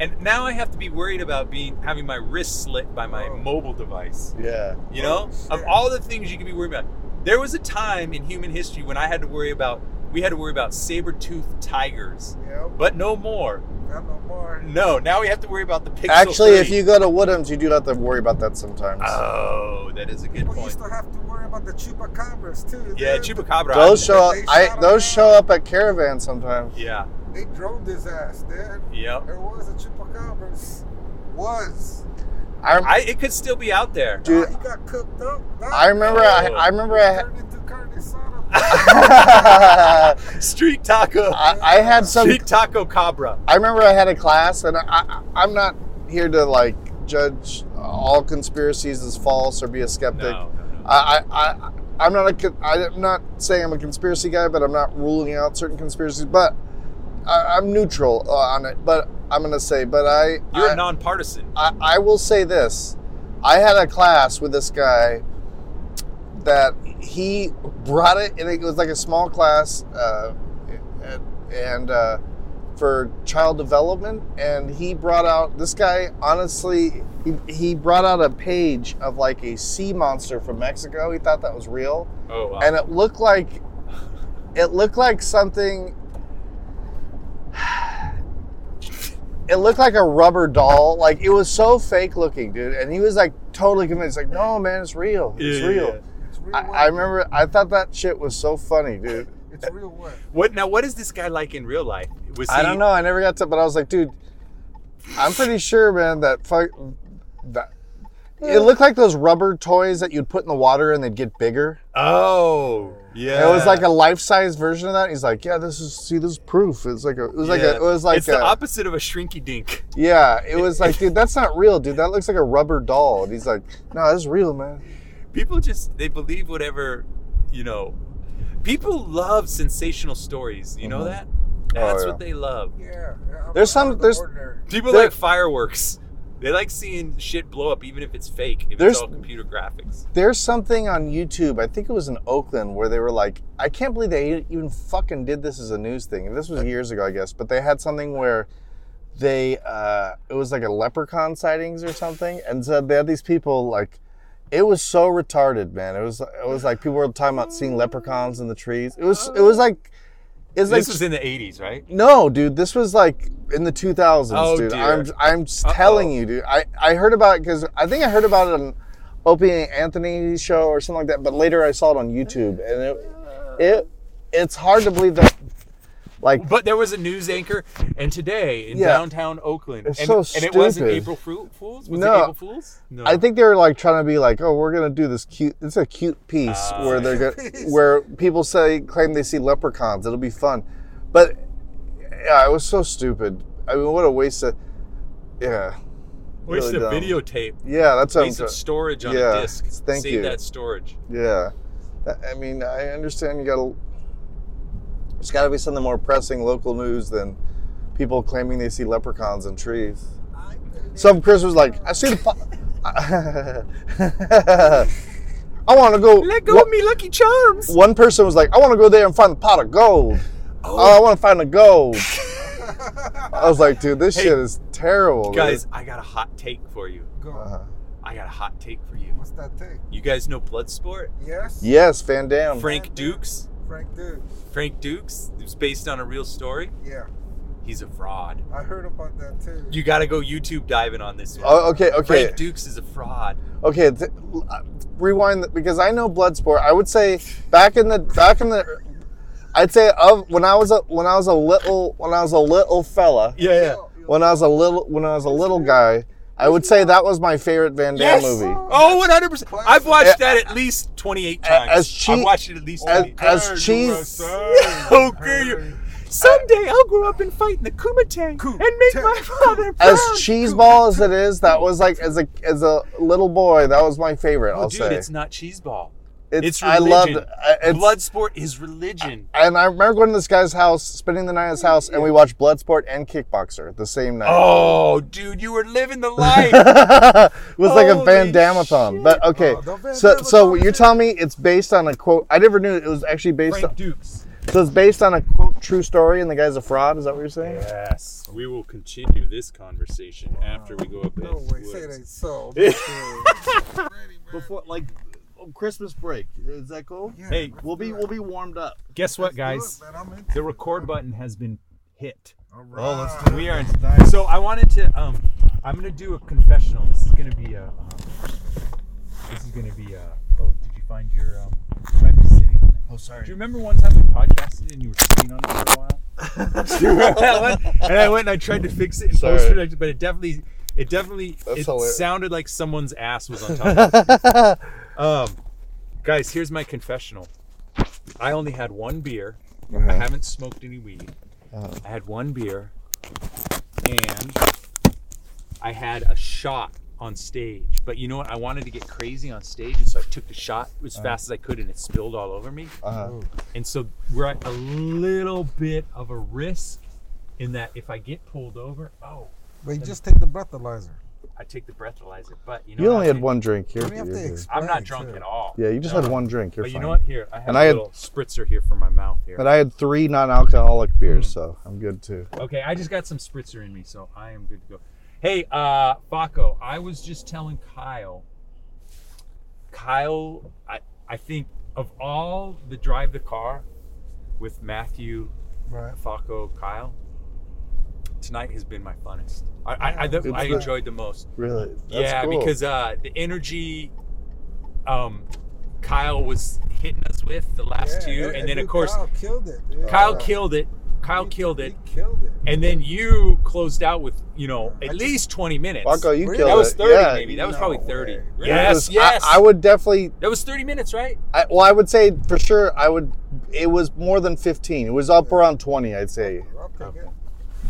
Speaker 1: and now I have to be worried about being having my wrist slit by my
Speaker 2: Oh.
Speaker 1: mobile device.
Speaker 3: yeah
Speaker 1: You know,
Speaker 2: Oh,
Speaker 1: of
Speaker 2: shit.
Speaker 1: all the things you could be worried about, there was a time in human history when I had to worry about, we had to worry about saber-toothed tigers,
Speaker 2: Yeah,
Speaker 1: but no more.
Speaker 2: not no more.
Speaker 1: No, now we have to worry about the pixel.
Speaker 3: Actually, if
Speaker 1: 3.
Speaker 3: you go to Woodhams, you do have to worry about that sometimes.
Speaker 1: oh, that is a good
Speaker 2: People
Speaker 1: point.
Speaker 2: used to have to worry about the chupacabras too.
Speaker 1: Yeah,
Speaker 2: They-
Speaker 1: chupacabra.
Speaker 3: those show up.
Speaker 2: They
Speaker 3: I
Speaker 2: shot 'em
Speaker 3: those
Speaker 2: down.
Speaker 3: show up at Caravan sometimes.
Speaker 1: Yeah,
Speaker 2: They droned his ass, dude.
Speaker 1: yep.
Speaker 2: There was a chupacabras. Was.
Speaker 3: I, rem-
Speaker 1: I, it could still be out there.
Speaker 3: Dude.
Speaker 2: Nah, he got cooked up. Nah,
Speaker 3: I remember. I, I remember.
Speaker 2: he
Speaker 3: I,
Speaker 2: turned into Curtis Sodom.
Speaker 3: I,
Speaker 1: Street taco.
Speaker 3: I had some.
Speaker 1: Street taco cabra.
Speaker 3: I remember I had a class, and I, I, I'm not here to like judge all conspiracies as false or be a skeptic.
Speaker 1: No, no, no.
Speaker 3: I, I, I, I'm not a, con- I'm not saying I'm a conspiracy guy, but I'm not ruling out certain conspiracies. But I, I'm neutral uh, on it. But I'm gonna say, but I,
Speaker 1: You're
Speaker 3: I,
Speaker 1: a nonpartisan.
Speaker 3: I, I will say this. I had a class with this guy that he brought it, and it was like a small class, uh, and, and uh, for child development. And he brought out this guy. Honestly, he, he brought out a page of like a sea monster from Mexico. He thought that was real,
Speaker 1: Oh, wow.
Speaker 3: and it looked like it looked like something. It looked like a rubber doll. Like it was so fake looking, dude. And he was like totally convinced. Like, no, man, it's real. It's
Speaker 1: Yeah, yeah,
Speaker 3: real.
Speaker 1: yeah.
Speaker 2: It's real
Speaker 3: I,
Speaker 2: work.
Speaker 3: I remember. I thought that shit was so funny, dude.
Speaker 2: It's real work.
Speaker 1: What now? What is this guy like in real life? Was
Speaker 3: I
Speaker 1: he-
Speaker 3: don't know. I never got to, but I was like, dude, I'm pretty sure, man, that fuck. That, it looked like those rubber toys that you'd put in the water and they'd get bigger.
Speaker 1: Oh, yeah.
Speaker 3: It was like a life-size version of that. He's like, yeah, this is see, this is proof. It's like a, it was like a,
Speaker 1: Yeah.
Speaker 3: it was like
Speaker 1: it's
Speaker 3: a,
Speaker 1: the opposite of a shrinky dink.
Speaker 3: yeah, it was like, dude, that's not real, dude. That looks like a rubber doll. And he's like, no, that's real, man.
Speaker 1: People just they believe whatever, you know. People love sensational stories. You know
Speaker 3: Mhm.
Speaker 1: that? That's
Speaker 3: yeah.
Speaker 1: what they love.
Speaker 2: Yeah. yeah, I'm
Speaker 3: There's
Speaker 2: out
Speaker 3: some-
Speaker 2: of the
Speaker 3: there's-
Speaker 2: ordinary.
Speaker 1: People
Speaker 3: There-
Speaker 1: like fireworks. They like seeing shit blow up, even if it's fake. If
Speaker 3: There's-
Speaker 1: it's all computer graphics.
Speaker 3: There's something on YouTube. I think it was in Oakland where they were like, I can't believe they even fucking did this as a news thing. And this was years ago, I guess. But they had something where they, uh, it was like a leprechaun sightings or something, and so they had these people like, it was so retarded, man. It was, it was like people were talking about seeing leprechauns in the trees. It was, it was like, it's like
Speaker 1: this was in the '80s, right?
Speaker 3: no, dude, this was like in the 2000s,
Speaker 1: Oh,
Speaker 3: dude.
Speaker 1: dear.
Speaker 3: I'm I'm s-
Speaker 1: Uh-oh.
Speaker 3: telling you, dude. I, I heard about it because I think I heard about it on Opie and Anthony show or something like that. But later I saw it on YouTube, and it it it's hard to believe that. Like,
Speaker 1: But there was a news anchor, and today in
Speaker 3: Yeah.
Speaker 1: downtown Oakland,
Speaker 3: It's
Speaker 1: and,
Speaker 3: so
Speaker 1: and it wasn't
Speaker 3: stupid.
Speaker 1: April Fru- Fools. Was
Speaker 3: No.
Speaker 1: it April Fools? No.
Speaker 3: I think they were like trying to be like, oh, we're gonna do this cute. It's a cute piece
Speaker 1: Ah.
Speaker 3: where they're gonna,
Speaker 2: Cute piece.
Speaker 3: where people say claim they see leprechauns. It'll be fun, but yeah, it was so stupid. I mean, what a waste of yeah.
Speaker 1: Waste
Speaker 3: really
Speaker 1: of
Speaker 3: dumb.
Speaker 1: videotape.
Speaker 3: Yeah, that's what I'm
Speaker 1: Piece of
Speaker 3: tr-
Speaker 1: storage on
Speaker 3: Yeah,
Speaker 1: a disc.
Speaker 3: thank
Speaker 1: Save
Speaker 3: you.
Speaker 1: that storage.
Speaker 3: Yeah, I- I mean, I understand you gotta. There's got to be something more pressing local news than people claiming they see leprechauns in trees. Some Chris was like, "I see the." Po- I want to go.
Speaker 1: Let go
Speaker 3: One-
Speaker 1: of me lucky charms.
Speaker 3: One person was like, "I want to go there and find the pot of gold. Oh, I want to find the gold." I was like, "Dude, this
Speaker 1: Hey,
Speaker 3: shit is terrible, dude."
Speaker 1: Guys, I got a hot take for you.
Speaker 2: Go.
Speaker 3: Uh-huh.
Speaker 1: I got a hot take for you.
Speaker 2: What's that take?
Speaker 1: You guys know Bloodsport?
Speaker 2: Yes.
Speaker 3: Yes, Van Damme.
Speaker 1: Frank Dukes.
Speaker 2: Frank Dude.
Speaker 1: Frank Dukes. It's based on a real story.
Speaker 2: Yeah.
Speaker 1: He's a fraud.
Speaker 2: I heard about that too.
Speaker 1: You got to go YouTube diving on this one.
Speaker 3: Oh, okay, okay.
Speaker 1: Frank Dukes is a fraud.
Speaker 3: Okay, th- uh, rewind the, because I know Bloodsport. I would say back in the back in the, I'd say of when I was a when I was a little when I was a little fella
Speaker 1: Yeah, yeah.
Speaker 3: when I was a little when I was a little guy. I would say that was my favorite Van Damme
Speaker 1: Yes!
Speaker 3: movie.
Speaker 1: Oh, 100%. I've watched that at least 28 times.
Speaker 3: As che-
Speaker 1: I've watched it at least
Speaker 3: as-
Speaker 1: 28 times.
Speaker 3: as cheese-
Speaker 2: Oh,
Speaker 1: How dare you? Someday I'll grow up and fight in the Kumite
Speaker 2: Kumite.
Speaker 1: and make my father proud.
Speaker 3: As cheeseball as it is, that was like as a as a little boy, that was my favorite.
Speaker 1: Oh,
Speaker 3: I'll
Speaker 1: dude,
Speaker 3: say
Speaker 1: it's not cheeseball. it's
Speaker 3: I loved it.
Speaker 1: religion.
Speaker 3: I- It's,
Speaker 1: Bloodsport is religion.
Speaker 3: and I remember going to this guy's house, spending the night at his house, and we watched Bloodsport and Kickboxer the same night.
Speaker 1: Oh, dude, you were living the life.
Speaker 3: it was like a
Speaker 1: Holy
Speaker 3: Van Damme-a-thon.
Speaker 1: shit.
Speaker 3: But okay,
Speaker 2: Oh, the Van
Speaker 3: so so
Speaker 2: Damme-a-thon.
Speaker 3: you're telling me it's based on a quote? I never knew it was actually based.
Speaker 1: Frank
Speaker 3: On,
Speaker 1: Dukes.
Speaker 3: so it's based on a quote true story, and the guy's a fraud. Is that what you're saying?
Speaker 1: Yes. We will continue this conversation after we go up
Speaker 2: No way. Say it ain't so.
Speaker 4: before like Christmas break. Is that cool?
Speaker 1: Hey,
Speaker 4: We'll be we'll be warmed up.
Speaker 1: guess what, guys? The
Speaker 2: were
Speaker 1: record button has been hit.
Speaker 2: Oh, let's
Speaker 1: We are. So I wanted to. Um, I'm gonna do a confessional. This is gonna be a. Um, this is gonna be a. Oh, did you find your? Um, you might be sitting on it.
Speaker 4: Oh,
Speaker 1: Do you
Speaker 4: sorry.
Speaker 1: remember one time we podcasted and you were sitting on it for a while? Do you remember that one? And I went and I tried to fix it in
Speaker 3: Sorry.
Speaker 1: post production, but it definitely, it definitely,
Speaker 3: That's
Speaker 1: it
Speaker 3: hilarious.
Speaker 1: sounded like someone's ass was on top. of it. um, guys, here's my confessional. I only had one beer. I haven't smoked any weed.
Speaker 3: Uh.
Speaker 1: I had one beer, and I had a shot on stage. But you know what? I wanted to get crazy on stage, and so I took the shot as fast as I could, and it spilled all over me.
Speaker 3: Uh,
Speaker 1: And so we're at a little bit of a risk in that if I get pulled over, oh,
Speaker 2: But you just take the breathalyzer.
Speaker 1: I take the breathalyzer. But you know,
Speaker 3: you only
Speaker 1: I
Speaker 3: had
Speaker 1: think-
Speaker 3: one drink. You're,
Speaker 2: Don't you have
Speaker 3: you're
Speaker 2: to
Speaker 3: good.
Speaker 2: ex-
Speaker 1: I'm not
Speaker 2: Right,
Speaker 1: drunk
Speaker 2: sure.
Speaker 1: at all.
Speaker 3: yeah, you just
Speaker 1: No.
Speaker 3: had one drink. You're
Speaker 1: But you
Speaker 3: fine.
Speaker 1: know what? Here, I have
Speaker 3: And
Speaker 1: a
Speaker 3: I had-
Speaker 1: little spritzer here for my mouth here.
Speaker 3: And I had three non-alcoholic
Speaker 1: Hmm.
Speaker 3: beers, so I'm good too.
Speaker 1: Okay, I just got some spritzer in me, so I am good to go. Hey, uh, Baco, I was just telling Kyle. Kyle, I, I think of all the drive the car with Matthew,
Speaker 2: Right.
Speaker 1: Faco, Kyle, tonight has been my funnest. I, I, I,
Speaker 3: It's
Speaker 1: I
Speaker 3: the-
Speaker 1: enjoyed the most.
Speaker 3: Really? That's
Speaker 1: yeah,
Speaker 3: cool.
Speaker 1: because uh, the energy um, Kyle was hitting us with the last
Speaker 2: Yeah,
Speaker 1: two, and then of
Speaker 2: dude,
Speaker 1: course
Speaker 2: Kyle killed it. dude.
Speaker 1: Kyle
Speaker 2: Uh,
Speaker 1: killed it. Kyle
Speaker 2: he-
Speaker 1: killed it.
Speaker 2: He killed it.
Speaker 1: And then you closed out with, you know,
Speaker 2: I
Speaker 1: at
Speaker 2: just-
Speaker 1: least 20 minutes.
Speaker 3: Marco, you
Speaker 2: Really?
Speaker 3: killed
Speaker 1: that was
Speaker 3: it.
Speaker 1: 30
Speaker 3: yeah.
Speaker 1: maybe. That was
Speaker 2: No
Speaker 1: probably
Speaker 2: way.
Speaker 1: 30.
Speaker 2: Really?
Speaker 3: It
Speaker 1: Yes,
Speaker 3: was- I-
Speaker 1: yes.
Speaker 3: I, would definitely.
Speaker 1: that was 30 minutes, right?
Speaker 3: I, well, I would say for sure. I would. It was more than 15. It was up around 20. I'd say.
Speaker 2: I'll take
Speaker 1: Um,
Speaker 2: it.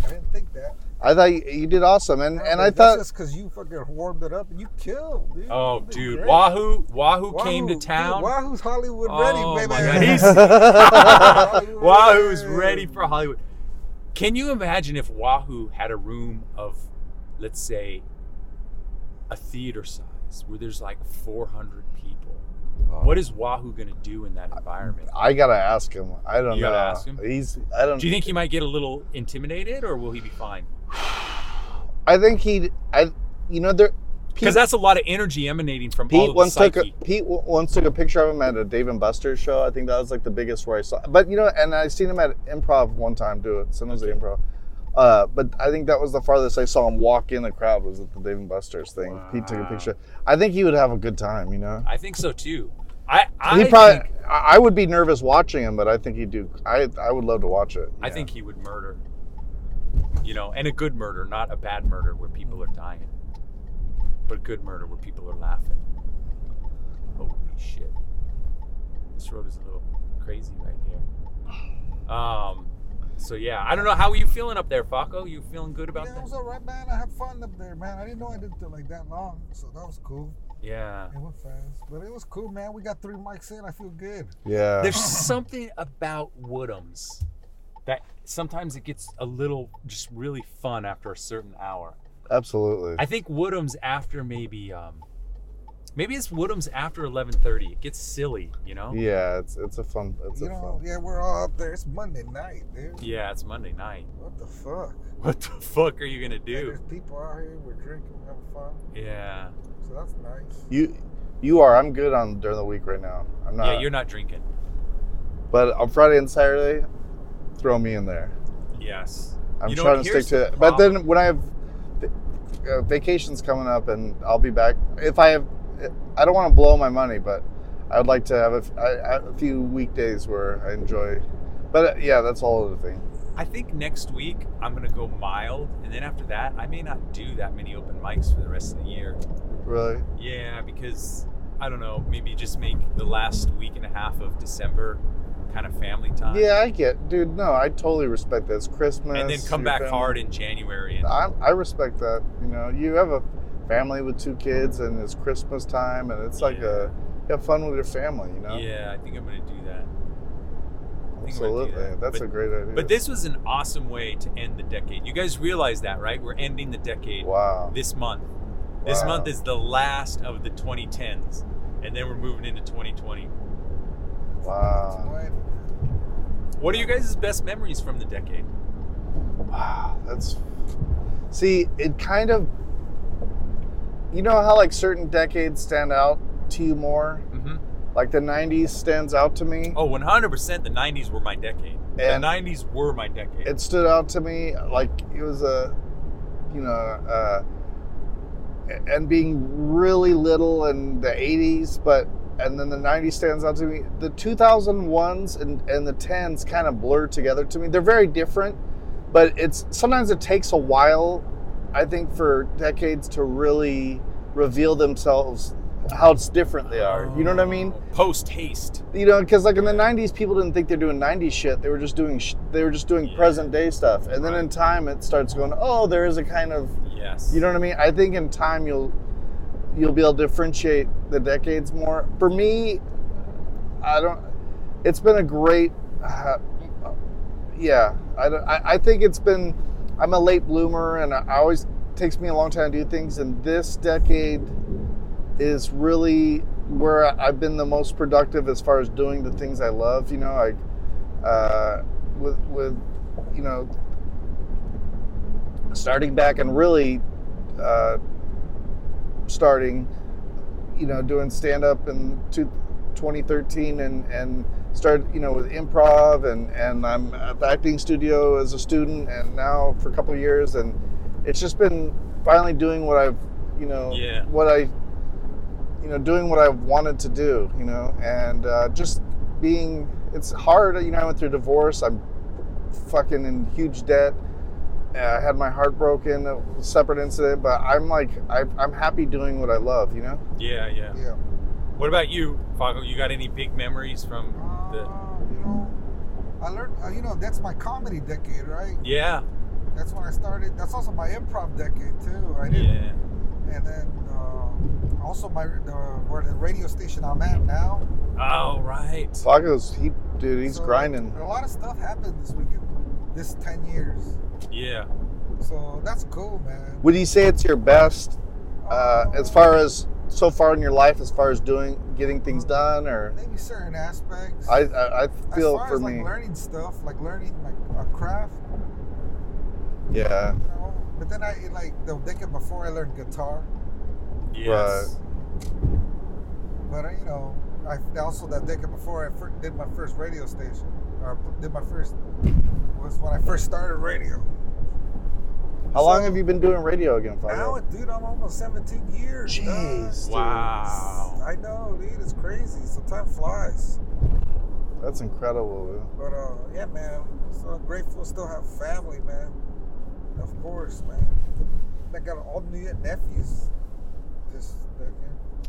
Speaker 2: I didn't think that.
Speaker 3: I thought you, you did awesome, and and I
Speaker 2: That's
Speaker 3: thought
Speaker 2: just because you fucking warmed it up and you killed, dude.
Speaker 1: Oh,
Speaker 2: You did
Speaker 1: dude.
Speaker 2: great.
Speaker 1: Wahoo, Wahoo, came to
Speaker 2: dude,
Speaker 1: town.
Speaker 2: Wahoo's Hollywood
Speaker 1: Oh,
Speaker 2: ready,
Speaker 1: my
Speaker 2: baby.
Speaker 1: God. He's-
Speaker 2: Hollywood
Speaker 1: Wahoo's ready for Hollywood. Can you imagine if Wahoo had a room of, let's say, a theater size where there's like 400 people?
Speaker 2: Oh,
Speaker 1: What is Wahoo going to do in that environment?
Speaker 3: I gotta ask him. I don't
Speaker 1: You
Speaker 3: know.
Speaker 1: gotta ask him?
Speaker 3: He's. I don't.
Speaker 1: Do you think he might get a little intimidated or will he be fine?
Speaker 3: I think he. I. You know there. Pete,
Speaker 1: Because that's a lot of energy emanating from all
Speaker 3: Pete
Speaker 1: of the
Speaker 3: once took a,
Speaker 1: psyche.
Speaker 3: Pete w- once took a picture of him at a Dave and Buster's show. I think that was like the biggest where I saw. But you know, and I seen him at improv one time do it. San Jose Improv. Uh, but I think that was the farthest I saw him walk in the crowd was at the Dave and Buster's thing. Pete took a
Speaker 1: Wow.
Speaker 3: picture. I think he would have a good time. You know.
Speaker 1: I think so too. I I
Speaker 3: He probably.
Speaker 1: think,
Speaker 3: I I would be nervous watching him, but I think he'd do. I I would love to watch it.
Speaker 1: I
Speaker 3: yeah.
Speaker 1: think he would murder. You know, and a good murder, not a bad murder where people are dying, but a good murder where people are laughing. Holy shit! This road is a little crazy right here. Um, so yeah, I don't know how are you feeling up there, Faco. You feeling good about
Speaker 2: Yeah, it was
Speaker 1: that?
Speaker 2: all right, man. I had fun up there, man. I didn't know I did it like that long, so that was cool.
Speaker 1: Yeah.
Speaker 2: It went fast, but it was cool, man. We got three mics in. I feel good.
Speaker 3: Yeah.
Speaker 1: There's something about Woodhams that sometimes it gets a little just really fun after a certain hour.
Speaker 3: Absolutely.
Speaker 1: I think Woodham's after maybe um maybe it's Woodham's after 11:30. It gets silly, you know? Yeah,
Speaker 3: yeah, it's it's a fun it's
Speaker 2: you
Speaker 3: a
Speaker 2: know,
Speaker 3: fun.
Speaker 2: yeah, we're all up there. It's Monday night, dude.
Speaker 1: it's Monday night.
Speaker 2: What the fuck?
Speaker 1: What the fuck are you going to
Speaker 2: And
Speaker 1: do?
Speaker 2: There's people out here. We're drinking, we're having fun.
Speaker 1: Yeah.
Speaker 2: So that's nice.
Speaker 3: You you are. I'm good on during the week right now. I'm not.
Speaker 1: yeah, you're not drinking.
Speaker 3: but on Friday and Saturday, throw me in there.
Speaker 1: Yes.
Speaker 3: I'm
Speaker 1: You know
Speaker 3: trying
Speaker 1: what,
Speaker 3: to
Speaker 1: here's
Speaker 3: stick to
Speaker 1: the
Speaker 3: it. But
Speaker 1: problem.
Speaker 3: then when I have uh, vacations coming up, and I'll be back. If I have, I don't want to blow my money, but I'd like to have a f I I a few weekdays where I enjoy. But uh, yeah, that's all of the thing.
Speaker 1: I think next week I'm going to go mild and then after that I may not do that many open mics for the rest of the year.
Speaker 3: Really.
Speaker 1: Yeah, because I don't know, maybe just make the last week and a half of December kind of family time.
Speaker 3: Yeah, I get, dude. No, I totally respect that. It's Christmas.
Speaker 1: And then come
Speaker 3: your
Speaker 1: back
Speaker 3: family.
Speaker 1: hard in January and
Speaker 3: I, I respect that. You know, you have a family with two kids, and it's Christmas time, and it's like a you have fun with your family. You know,
Speaker 1: Yeah, I think I'm going to do that. I think I'm gonna do
Speaker 3: absolutely.
Speaker 1: that.
Speaker 3: That's
Speaker 1: But-
Speaker 3: a great idea.
Speaker 1: But this was an awesome way to end the decade. You guys realize that, right? We're ending the decade
Speaker 3: wow,
Speaker 1: this month. This
Speaker 3: Wow.
Speaker 1: month is the last of the 2010s, and then we're moving into 2020.
Speaker 3: wow,
Speaker 2: Right?
Speaker 1: What are you guys' best memories from the decade?
Speaker 3: wow. That's see, it kind of you know how like certain decades stand out to you more.
Speaker 1: Mm-hmm.
Speaker 3: Like the '90s stands out to me.
Speaker 1: Oh, 100%. The 90s were my decade.
Speaker 3: And-
Speaker 1: the 90s were my decade.
Speaker 3: it stood out to me like it was a you know uh, and being really little in the 80s but and then the 90s stands out to me the 2001s and, and the 10s kind of blur together to me they're very different but it's sometimes it takes a while i think for decades to really reveal themselves how it's different they are you know what i mean
Speaker 1: Post haste.
Speaker 3: you know because like in the
Speaker 1: Yeah.
Speaker 3: 90s people didn't think they're doing 90s shit they were just doing sh- they were just doing
Speaker 1: Yeah.
Speaker 3: present day stuff and then
Speaker 1: Right.
Speaker 3: in time it starts going oh there is a kind of
Speaker 1: Yes.
Speaker 3: you know what i mean i think in time you'll you'll be able to differentiate the decades more. For me, I don't. It's been a great. Uh, yeah, I, don't- I I think it's been. I'm a late bloomer, and I always takes me a long time to do things. And this decade is really where I've been the most productive as far as doing the things I love. You know, I uh, with with you know starting back and really uh, starting, you know, doing stand up in two, 2013 and, and started, you know, with improv and, and I'm at the acting studio as a student and now for a couple of years. And it's just been finally doing what I've, you know,
Speaker 1: Yeah.
Speaker 3: what I, you know, doing what I've wanted to do, you know, and uh, just being, it's hard. You know, I went through divorce. I'm fucking in huge debt. Uh, I had my heart broken, a separate incident, but I'm like, I, I'm happy doing what I love, you know?
Speaker 1: Yeah, yeah.
Speaker 2: Yeah.
Speaker 1: What about you, Fago? You got any big memories from the?
Speaker 2: Uh, you know, I learned. Uh, you know, that's my comedy decade, right?
Speaker 1: Yeah,
Speaker 2: That's when I started. That's also my improv decade too. I did,
Speaker 1: yeah,
Speaker 2: and then uh, also my the, where the radio station I'm at now.
Speaker 1: Oh, right.
Speaker 3: Fago's, he, dude, he's
Speaker 2: So,
Speaker 3: grinding.
Speaker 2: A lot of stuff happened this weekend. This ten years,
Speaker 1: Yeah.
Speaker 2: so that's cool, man. Um,
Speaker 3: Would you say it's your best uh, as far as so far in your life, as far as doing, getting things done, or?
Speaker 2: maybe certain aspects.
Speaker 3: I, I, I
Speaker 2: as
Speaker 3: feel
Speaker 2: far
Speaker 3: for
Speaker 2: as,
Speaker 3: me,
Speaker 2: like learning stuff, like learning like a craft.
Speaker 3: yeah.
Speaker 2: You know? But then I it, like the decade before I learned guitar.
Speaker 1: Yes.
Speaker 2: But uh, you know, I also that decade before I fir- did my first radio station, or did my first was when I first started radio.
Speaker 3: How long
Speaker 2: So-
Speaker 3: have you been doing radio again,
Speaker 2: Now,
Speaker 3: Fago?
Speaker 2: dude, I'm almost 17 years. dog.
Speaker 3: Jeez, dude.
Speaker 1: Wow.
Speaker 2: I know, dude. It's crazy. So time flies.
Speaker 3: That's incredible. Dude.
Speaker 2: But uh, yeah, man. So I'm grateful. to Still have family, man. Of course, man. I got all new nephews. Just thinking.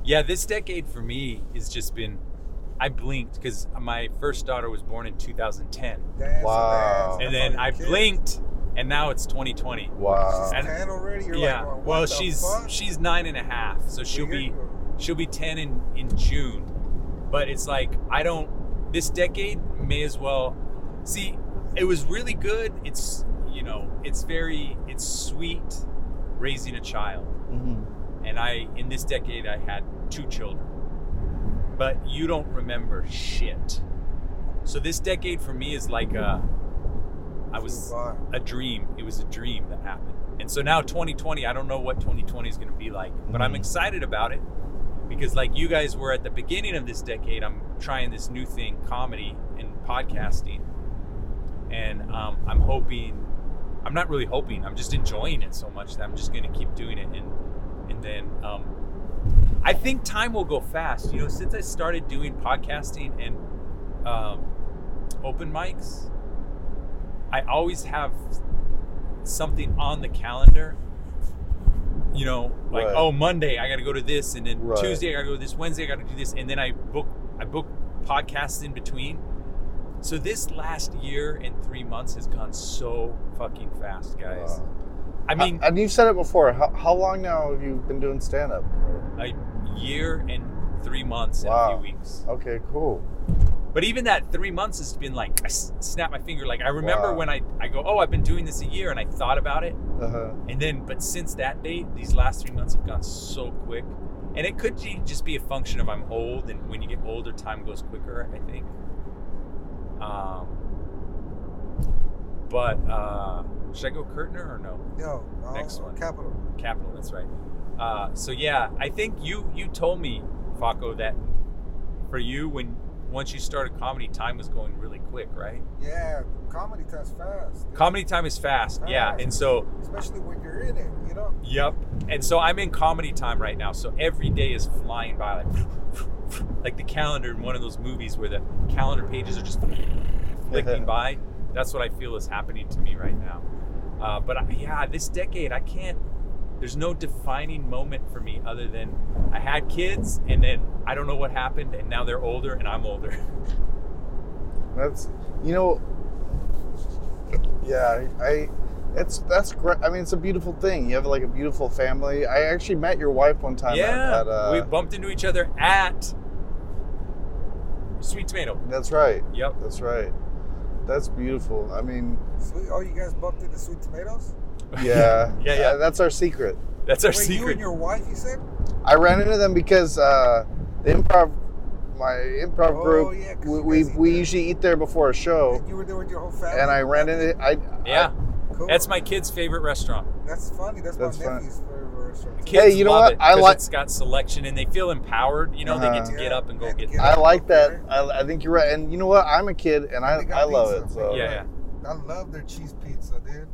Speaker 1: Yeah, this decade for me has just been. I blinked because my first daughter was born in 2010,
Speaker 2: Dance
Speaker 3: Wow.
Speaker 1: and
Speaker 2: and, dance. Oh, That's
Speaker 1: then
Speaker 2: all
Speaker 1: I
Speaker 2: your kids.
Speaker 1: blinked, and now it's 2020.
Speaker 3: Wow.
Speaker 2: She's
Speaker 1: And-
Speaker 2: ten already. You're
Speaker 1: yeah.
Speaker 2: Like, well, what
Speaker 1: well,
Speaker 2: the
Speaker 1: she's
Speaker 2: fuck?
Speaker 1: she's nine and a half, so she'll
Speaker 2: Here
Speaker 1: be
Speaker 2: you go.
Speaker 1: she'll be 10 in in June. But it's like I don't. This decade may as well. See, it was really good. It's you know, it's very it's sweet raising a child.
Speaker 3: Mhm.
Speaker 1: and I in this decade I had two children. But you don't remember shit. So this decade for me is like a I was
Speaker 2: Survive.
Speaker 1: a dream. It was a dream that happened. And so now 2020, I don't know what 2020 is going to be like, but I'm
Speaker 3: Mhm.
Speaker 1: excited about it because like you guys were at the beginning of this decade, I'm trying this new thing, comedy and podcasting. And um, I'm hoping I'm not really hoping. I'm just enjoying it so much that I'm just going to keep doing it, and and then um, I think time will go fast. You know, since I started doing podcasting and um, open mics, I always have something on the calendar. You know, like
Speaker 3: Right.
Speaker 1: oh Monday I got to go to this, and then
Speaker 3: Right.
Speaker 1: Tuesday I got to go to this, Wednesday I got to do this, and then I book I book podcasts in between. So this last year and three months has gone so fucking fast, guys.
Speaker 3: Wow.
Speaker 1: I mean,
Speaker 3: and you've said it before. How, how long now have you been doing stand up?
Speaker 1: a year and three months and a
Speaker 3: Wow.
Speaker 1: few weeks.
Speaker 3: Okay, cool.
Speaker 1: But even that three months has been like, I s- snap my finger. Like I remember
Speaker 3: Wow.
Speaker 1: when I, I go, oh, I've been doing this a year, and I thought about it,
Speaker 3: Uh-huh.
Speaker 1: and then, but since that date, these last three months have gone so quick, and it could be, just be a function of I'm old, and when you get older, time goes quicker. I think. Um, but uh, should I go Kurtner or no?
Speaker 2: Yo, uh,
Speaker 1: Next one.
Speaker 2: Capital.
Speaker 1: capital. That's right. Uh, so yeah, I think you you told me, Faco, that for you when once you started comedy, time was going really quick, right?
Speaker 2: Yeah, comedy times fast. dude.
Speaker 1: Comedy time is fast, yeah. And so,
Speaker 2: Especially when you're in it, you know?
Speaker 1: yep. And so I'm in comedy time right now. So every day is flying by, like like the calendar in one of those movies where the calendar pages are just flicking by. That's what I feel is happening to me right now. Uh, but I, yeah, this decade, I can't. There's no defining moment for me other than I had kids, and then I don't know what happened, and now they're older, and I'm older.
Speaker 3: That's you know, yeah. I It's that's great. I mean, it's a beautiful thing. You have like a beautiful family. I actually met your wife one time. at-
Speaker 1: yeah,
Speaker 3: at, uh,
Speaker 1: we bumped into each other at Sweet Tomato.
Speaker 3: that's right.
Speaker 1: Yep.
Speaker 3: That's right. That's beautiful. I mean,
Speaker 2: Sweet, oh, you guys bumped into Sweet Tomatoes?
Speaker 3: yeah,
Speaker 1: Yeah, yeah.
Speaker 3: Uh, that's our secret.
Speaker 1: That's our
Speaker 2: Wait, you
Speaker 1: secret.
Speaker 2: and your wife, you said?
Speaker 3: I ran into them because uh, the improv, my improv
Speaker 2: Oh,
Speaker 3: group,
Speaker 2: yeah, 'cause
Speaker 3: we
Speaker 2: you
Speaker 3: we,
Speaker 2: guys eat
Speaker 3: we
Speaker 2: there.
Speaker 3: usually eat there before a show,
Speaker 2: And you were there with your whole family?
Speaker 3: and I ran into I.
Speaker 1: yeah,
Speaker 2: Cool.
Speaker 1: that's my kid's favorite restaurant.
Speaker 2: That's funny. That's,
Speaker 3: That's
Speaker 2: my
Speaker 3: fun.
Speaker 2: nephew's favorite restaurant. too.
Speaker 1: Kids
Speaker 3: you know
Speaker 1: love
Speaker 3: what?
Speaker 1: It
Speaker 3: I
Speaker 1: 'cause
Speaker 3: like-
Speaker 1: It's got selection, and they feel empowered. You know, they get to
Speaker 3: Uh-huh.
Speaker 1: get up and go
Speaker 2: Yeah,
Speaker 1: get.
Speaker 2: get
Speaker 3: I
Speaker 2: up.
Speaker 3: like that. I, I think you're right. And you know what? I'm a kid, and I,
Speaker 2: They got
Speaker 3: I love
Speaker 2: pizza.
Speaker 3: it. So
Speaker 1: Yeah, yeah.
Speaker 2: I love their cheese pizza, dude.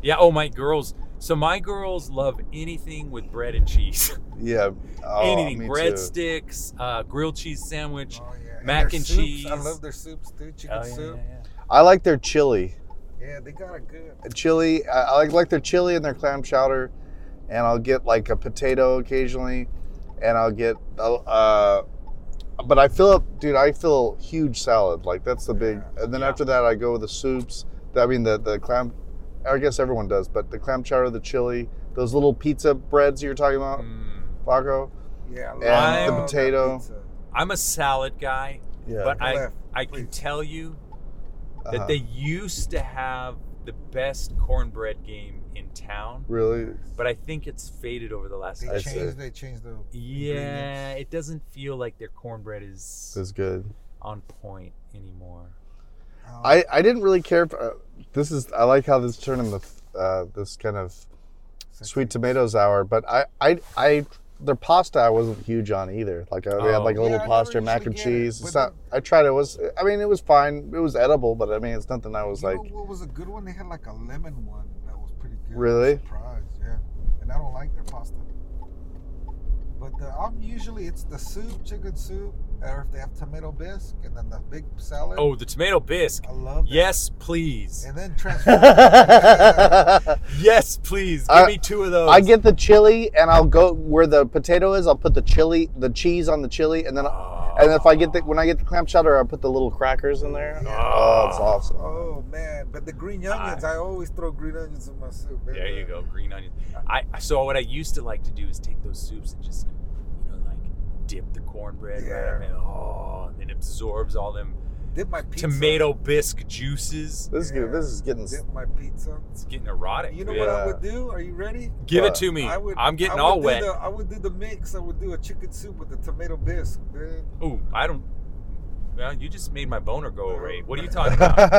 Speaker 1: Yeah. Oh, my girls. So my girls love anything with bread and cheese.
Speaker 3: yeah. Oh, me
Speaker 1: anything,
Speaker 3: too.
Speaker 1: breadsticks, uh, grilled cheese sandwich.
Speaker 2: Oh, yeah.
Speaker 1: Mac
Speaker 2: their
Speaker 1: and
Speaker 2: soups. I
Speaker 1: cheese.
Speaker 2: love their soups, dude. Chicken
Speaker 1: Oh, yeah,
Speaker 2: soup.
Speaker 1: yeah, yeah.
Speaker 3: I like their chili,
Speaker 2: Yeah. they got a good.
Speaker 3: chili. I, I like like their chili and their clam chowder, and I'll get like a potato occasionally, and I'll get. I'll, Uh, but I fill up, dude. I fill huge salad. Like that's the big. And then
Speaker 1: Yeah.
Speaker 3: after that, I go with the soups. I mean the the clam. I guess everyone does, but the clam chowder, the chili, those little pizza breads you're talking about,
Speaker 1: Mm.
Speaker 3: Paco.
Speaker 2: Yeah, I love
Speaker 3: And
Speaker 1: the
Speaker 2: that
Speaker 3: potato.
Speaker 2: pizza.
Speaker 1: I'm a salad guy,
Speaker 3: Yeah.
Speaker 1: but I
Speaker 2: Left,
Speaker 1: I can
Speaker 2: please.
Speaker 1: tell you that
Speaker 3: Uh-huh.
Speaker 1: they used to have the best cornbread game in town,
Speaker 3: really.
Speaker 1: but I think it's faded over the last.
Speaker 2: They
Speaker 3: I
Speaker 1: decade.
Speaker 3: see.
Speaker 2: changed. They changed the. um,
Speaker 1: Yeah,
Speaker 2: ingredients.
Speaker 1: it doesn't feel like their cornbread is
Speaker 3: Is good.
Speaker 1: on point anymore.
Speaker 2: Um,
Speaker 3: I, I didn't really care. For, uh, this is I like how this turned in the uh, this kind of sweet tomatoes hour, but I I I their pasta I wasn't huge on either. Like I, they had
Speaker 1: Oh.
Speaker 3: like a little
Speaker 2: Yeah, I
Speaker 3: pasta
Speaker 2: never
Speaker 3: mac
Speaker 2: usually
Speaker 3: and
Speaker 2: get it,
Speaker 3: cheese. It's
Speaker 2: but
Speaker 3: not. I tried it. it Was I mean it was fine. It was edible, but I mean it's nothing I was
Speaker 2: you
Speaker 3: like.
Speaker 2: know what was a good one? They had like a lemon one that was pretty good. I was
Speaker 3: Really?
Speaker 2: surprised, yeah. And I don't like their pasta. But the, I'm usually it's the soup, chicken soup, or if they have tomato bisque, and then the big salad.
Speaker 1: Oh, the tomato bisque.
Speaker 2: I love that.
Speaker 1: Yes, please.
Speaker 2: And then transfer.
Speaker 3: I
Speaker 1: Yes, please. Give
Speaker 3: I-
Speaker 1: me two of those.
Speaker 3: get the chili, and I'll go where the potato is. I'll put the chili, the cheese on the chili, and then
Speaker 1: Oh.
Speaker 3: and if I get the when I get the clam chowder, I put the little crackers in there.
Speaker 2: Yeah.
Speaker 3: Oh, it's
Speaker 1: Ah.
Speaker 3: awesome.
Speaker 2: oh man, but the green onions. I, always throw green onions in my soup.
Speaker 1: There you go, green onions. I so what I used to like to do is take those soups and just you know like dip the cornbread right up
Speaker 2: Yeah.
Speaker 1: in. Oh, and it absorbs all them
Speaker 2: Dip my pizza.
Speaker 1: tomato bisque juices.
Speaker 3: This is good. This is getting. s-
Speaker 2: Dip my pizza.
Speaker 1: It's getting erotic.
Speaker 2: You know
Speaker 1: dude.
Speaker 2: what I
Speaker 3: Yeah.
Speaker 2: would do? Are you ready?
Speaker 1: Give
Speaker 3: Uh,
Speaker 1: it to me.
Speaker 2: I would,
Speaker 1: I'm getting
Speaker 2: I would
Speaker 1: all
Speaker 2: do
Speaker 1: wet.
Speaker 2: The, I would do the mix. I would do a chicken soup with the tomato bisque, dude.
Speaker 1: Ooh, I don't. Well, you just made my boner go away. What are you talking about?
Speaker 3: what,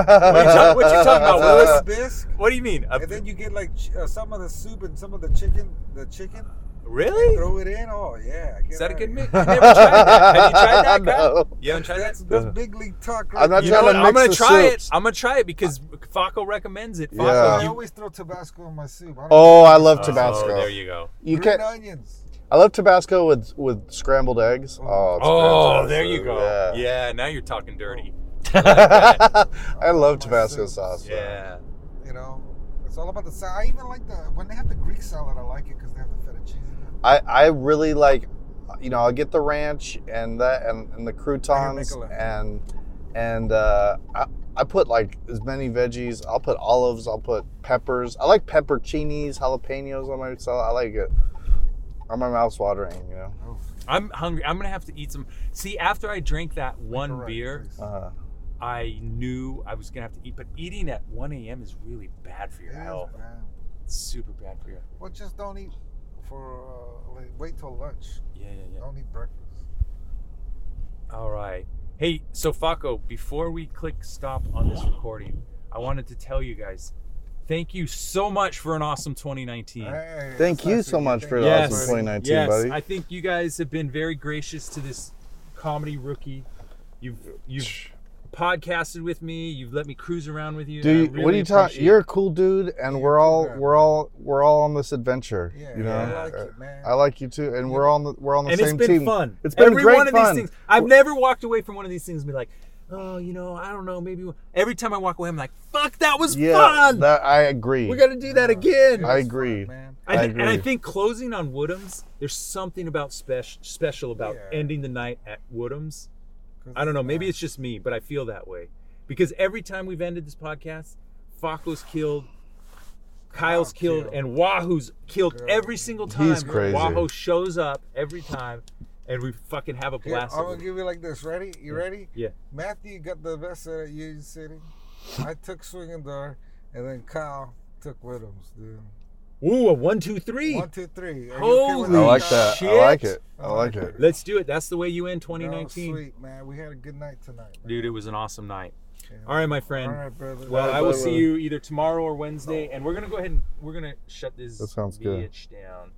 Speaker 1: what you talking about,
Speaker 2: Tomato
Speaker 1: Willis?
Speaker 2: bisque,
Speaker 1: what do you mean? A-
Speaker 2: and then you get like ch- uh, some of the soup and some of the chicken. The chicken,
Speaker 1: really?
Speaker 2: throw it in. Oh yeah,
Speaker 1: Is that a good mix?
Speaker 2: mix?
Speaker 1: I never tried that. Have you tried that? Kyle?
Speaker 3: No.
Speaker 1: You haven't tried that?
Speaker 2: That's, that's big league talk. Right
Speaker 3: I'm not
Speaker 1: You
Speaker 2: there.
Speaker 1: know
Speaker 3: trying
Speaker 1: what?
Speaker 3: to
Speaker 1: I'm
Speaker 3: mix
Speaker 1: gonna
Speaker 3: the
Speaker 1: try
Speaker 3: soups.
Speaker 1: it. I'm gonna try it because Faco recommends it. Faco,
Speaker 3: Yeah.
Speaker 2: I
Speaker 1: you-
Speaker 2: always throw Tabasco in my soup. I don't
Speaker 3: Oh, I love
Speaker 1: Oh,
Speaker 3: Tabasco.
Speaker 1: there you go.
Speaker 3: You
Speaker 2: green
Speaker 3: can't.
Speaker 2: onions.
Speaker 3: I love Tabasco with with scrambled eggs. Oh, it's
Speaker 1: Oh,
Speaker 3: fantastic.
Speaker 1: there you go. Yeah.
Speaker 3: Yeah. Oh,
Speaker 1: now you're talking dirty.
Speaker 3: I love
Speaker 2: My
Speaker 3: Tabasco
Speaker 2: soups.
Speaker 3: sauce. man.
Speaker 1: Yeah.
Speaker 2: You know, it's all about the salad. I even like the when they have the Greek salad. I like it because they have the feta cheese. in it.
Speaker 3: I I really like, you know, I'll get the ranch and that and, and the croutons
Speaker 2: Nicola.
Speaker 3: and and uh, I I put like as many veggies. I'll put olives. I'll put peppers. I like pepperoncinis, jalapenos on my salad. I like it. On my mouth's watering, you know.
Speaker 2: Oh,
Speaker 1: I'm hungry. I'm gonna have to eat some. See, after I drank that one
Speaker 2: correct,
Speaker 1: beer,
Speaker 2: please.
Speaker 3: Uh,
Speaker 1: I knew I was gonna have to eat. But eating at 1 a.m. is really bad for
Speaker 2: It
Speaker 1: your
Speaker 2: is
Speaker 1: health.
Speaker 2: bad.
Speaker 1: It's super bad for your.
Speaker 2: Well, just don't eat for uh, like, wait till lunch.
Speaker 1: Yeah, yeah, yeah.
Speaker 2: Don't eat breakfast.
Speaker 1: All right. Hey, so Faco, before we click stop on this recording, I wanted to tell you guys, thank you so much for an awesome 2019.
Speaker 2: Hey,
Speaker 3: Thank
Speaker 2: that's
Speaker 3: you
Speaker 2: nice
Speaker 3: so
Speaker 2: of
Speaker 3: much
Speaker 2: Thank
Speaker 3: for
Speaker 2: you.
Speaker 3: the
Speaker 1: Yes.
Speaker 3: awesome 2019,
Speaker 1: yes,
Speaker 3: buddy.
Speaker 1: I think you guys have been very gracious to this comedy rookie. You've you've podcasted with me. You've let me cruise around with you. and I
Speaker 3: Dude, what are
Speaker 1: really
Speaker 3: you talking?
Speaker 1: appreciate
Speaker 3: You're a cool dude, and
Speaker 2: Yeah,
Speaker 3: we're all
Speaker 2: yeah.
Speaker 3: we're all we're all on this adventure.
Speaker 2: Yeah,
Speaker 3: you know,
Speaker 2: yeah, I like
Speaker 3: Uh,
Speaker 2: it, man.
Speaker 3: I like you too, and we're on the, we're on the
Speaker 1: and
Speaker 3: same
Speaker 1: it's been
Speaker 3: team.
Speaker 1: fun.
Speaker 3: It's been
Speaker 1: every
Speaker 3: great
Speaker 1: one of
Speaker 3: fun.
Speaker 1: these things. I've never walked away from one of these things and be like, oh, you know, I don't know, maybe every time I walk away, I'm like, fuck, that was
Speaker 3: yeah,
Speaker 1: fun.
Speaker 3: that I agree.
Speaker 1: we got to do that again.
Speaker 2: It
Speaker 3: I
Speaker 2: was
Speaker 3: agree.
Speaker 2: man.
Speaker 1: I
Speaker 3: I
Speaker 1: thi- And I
Speaker 3: agree.
Speaker 1: think closing on Woodhams, there's something about spec- special about
Speaker 2: Yeah.
Speaker 1: ending the night at Woodhams.
Speaker 2: 'Cause
Speaker 1: I don't know. Maybe it's just me, but I feel that way because every time we've ended this podcast, Faco's killed Kyle's
Speaker 2: Oh,
Speaker 1: killed
Speaker 2: cute.
Speaker 1: and Wahoo's killed
Speaker 2: Girl.
Speaker 1: every single time.
Speaker 3: He's crazy.
Speaker 1: Wahoo shows up every time, and we fucking have a
Speaker 2: Here, I'm
Speaker 1: blast.
Speaker 2: gonna give you like this. Ready? You ready?
Speaker 1: Yeah.
Speaker 2: Matthew got the best at Union City. I took swinging door, and then Kyle took Widows, dude.
Speaker 1: Ooh, a one, two, three.
Speaker 2: One, two, three. Are you
Speaker 1: Holy
Speaker 2: with
Speaker 3: I like that. I
Speaker 1: Shit.
Speaker 3: like it. I like it.
Speaker 1: Let's do it. That's the way you end
Speaker 2: That was
Speaker 1: 2019.
Speaker 2: Oh, sweet, man. We had a good night tonight. man.
Speaker 5: Dude, it was an awesome night.
Speaker 1: All right, my
Speaker 2: All
Speaker 1: friend.
Speaker 2: right, brother.
Speaker 1: Well, I will
Speaker 3: brother.
Speaker 1: Oh. see you either tomorrow or Wednesday, and we're gonna go ahead and we're gonna shut this
Speaker 3: That sounds good.
Speaker 1: bitch down.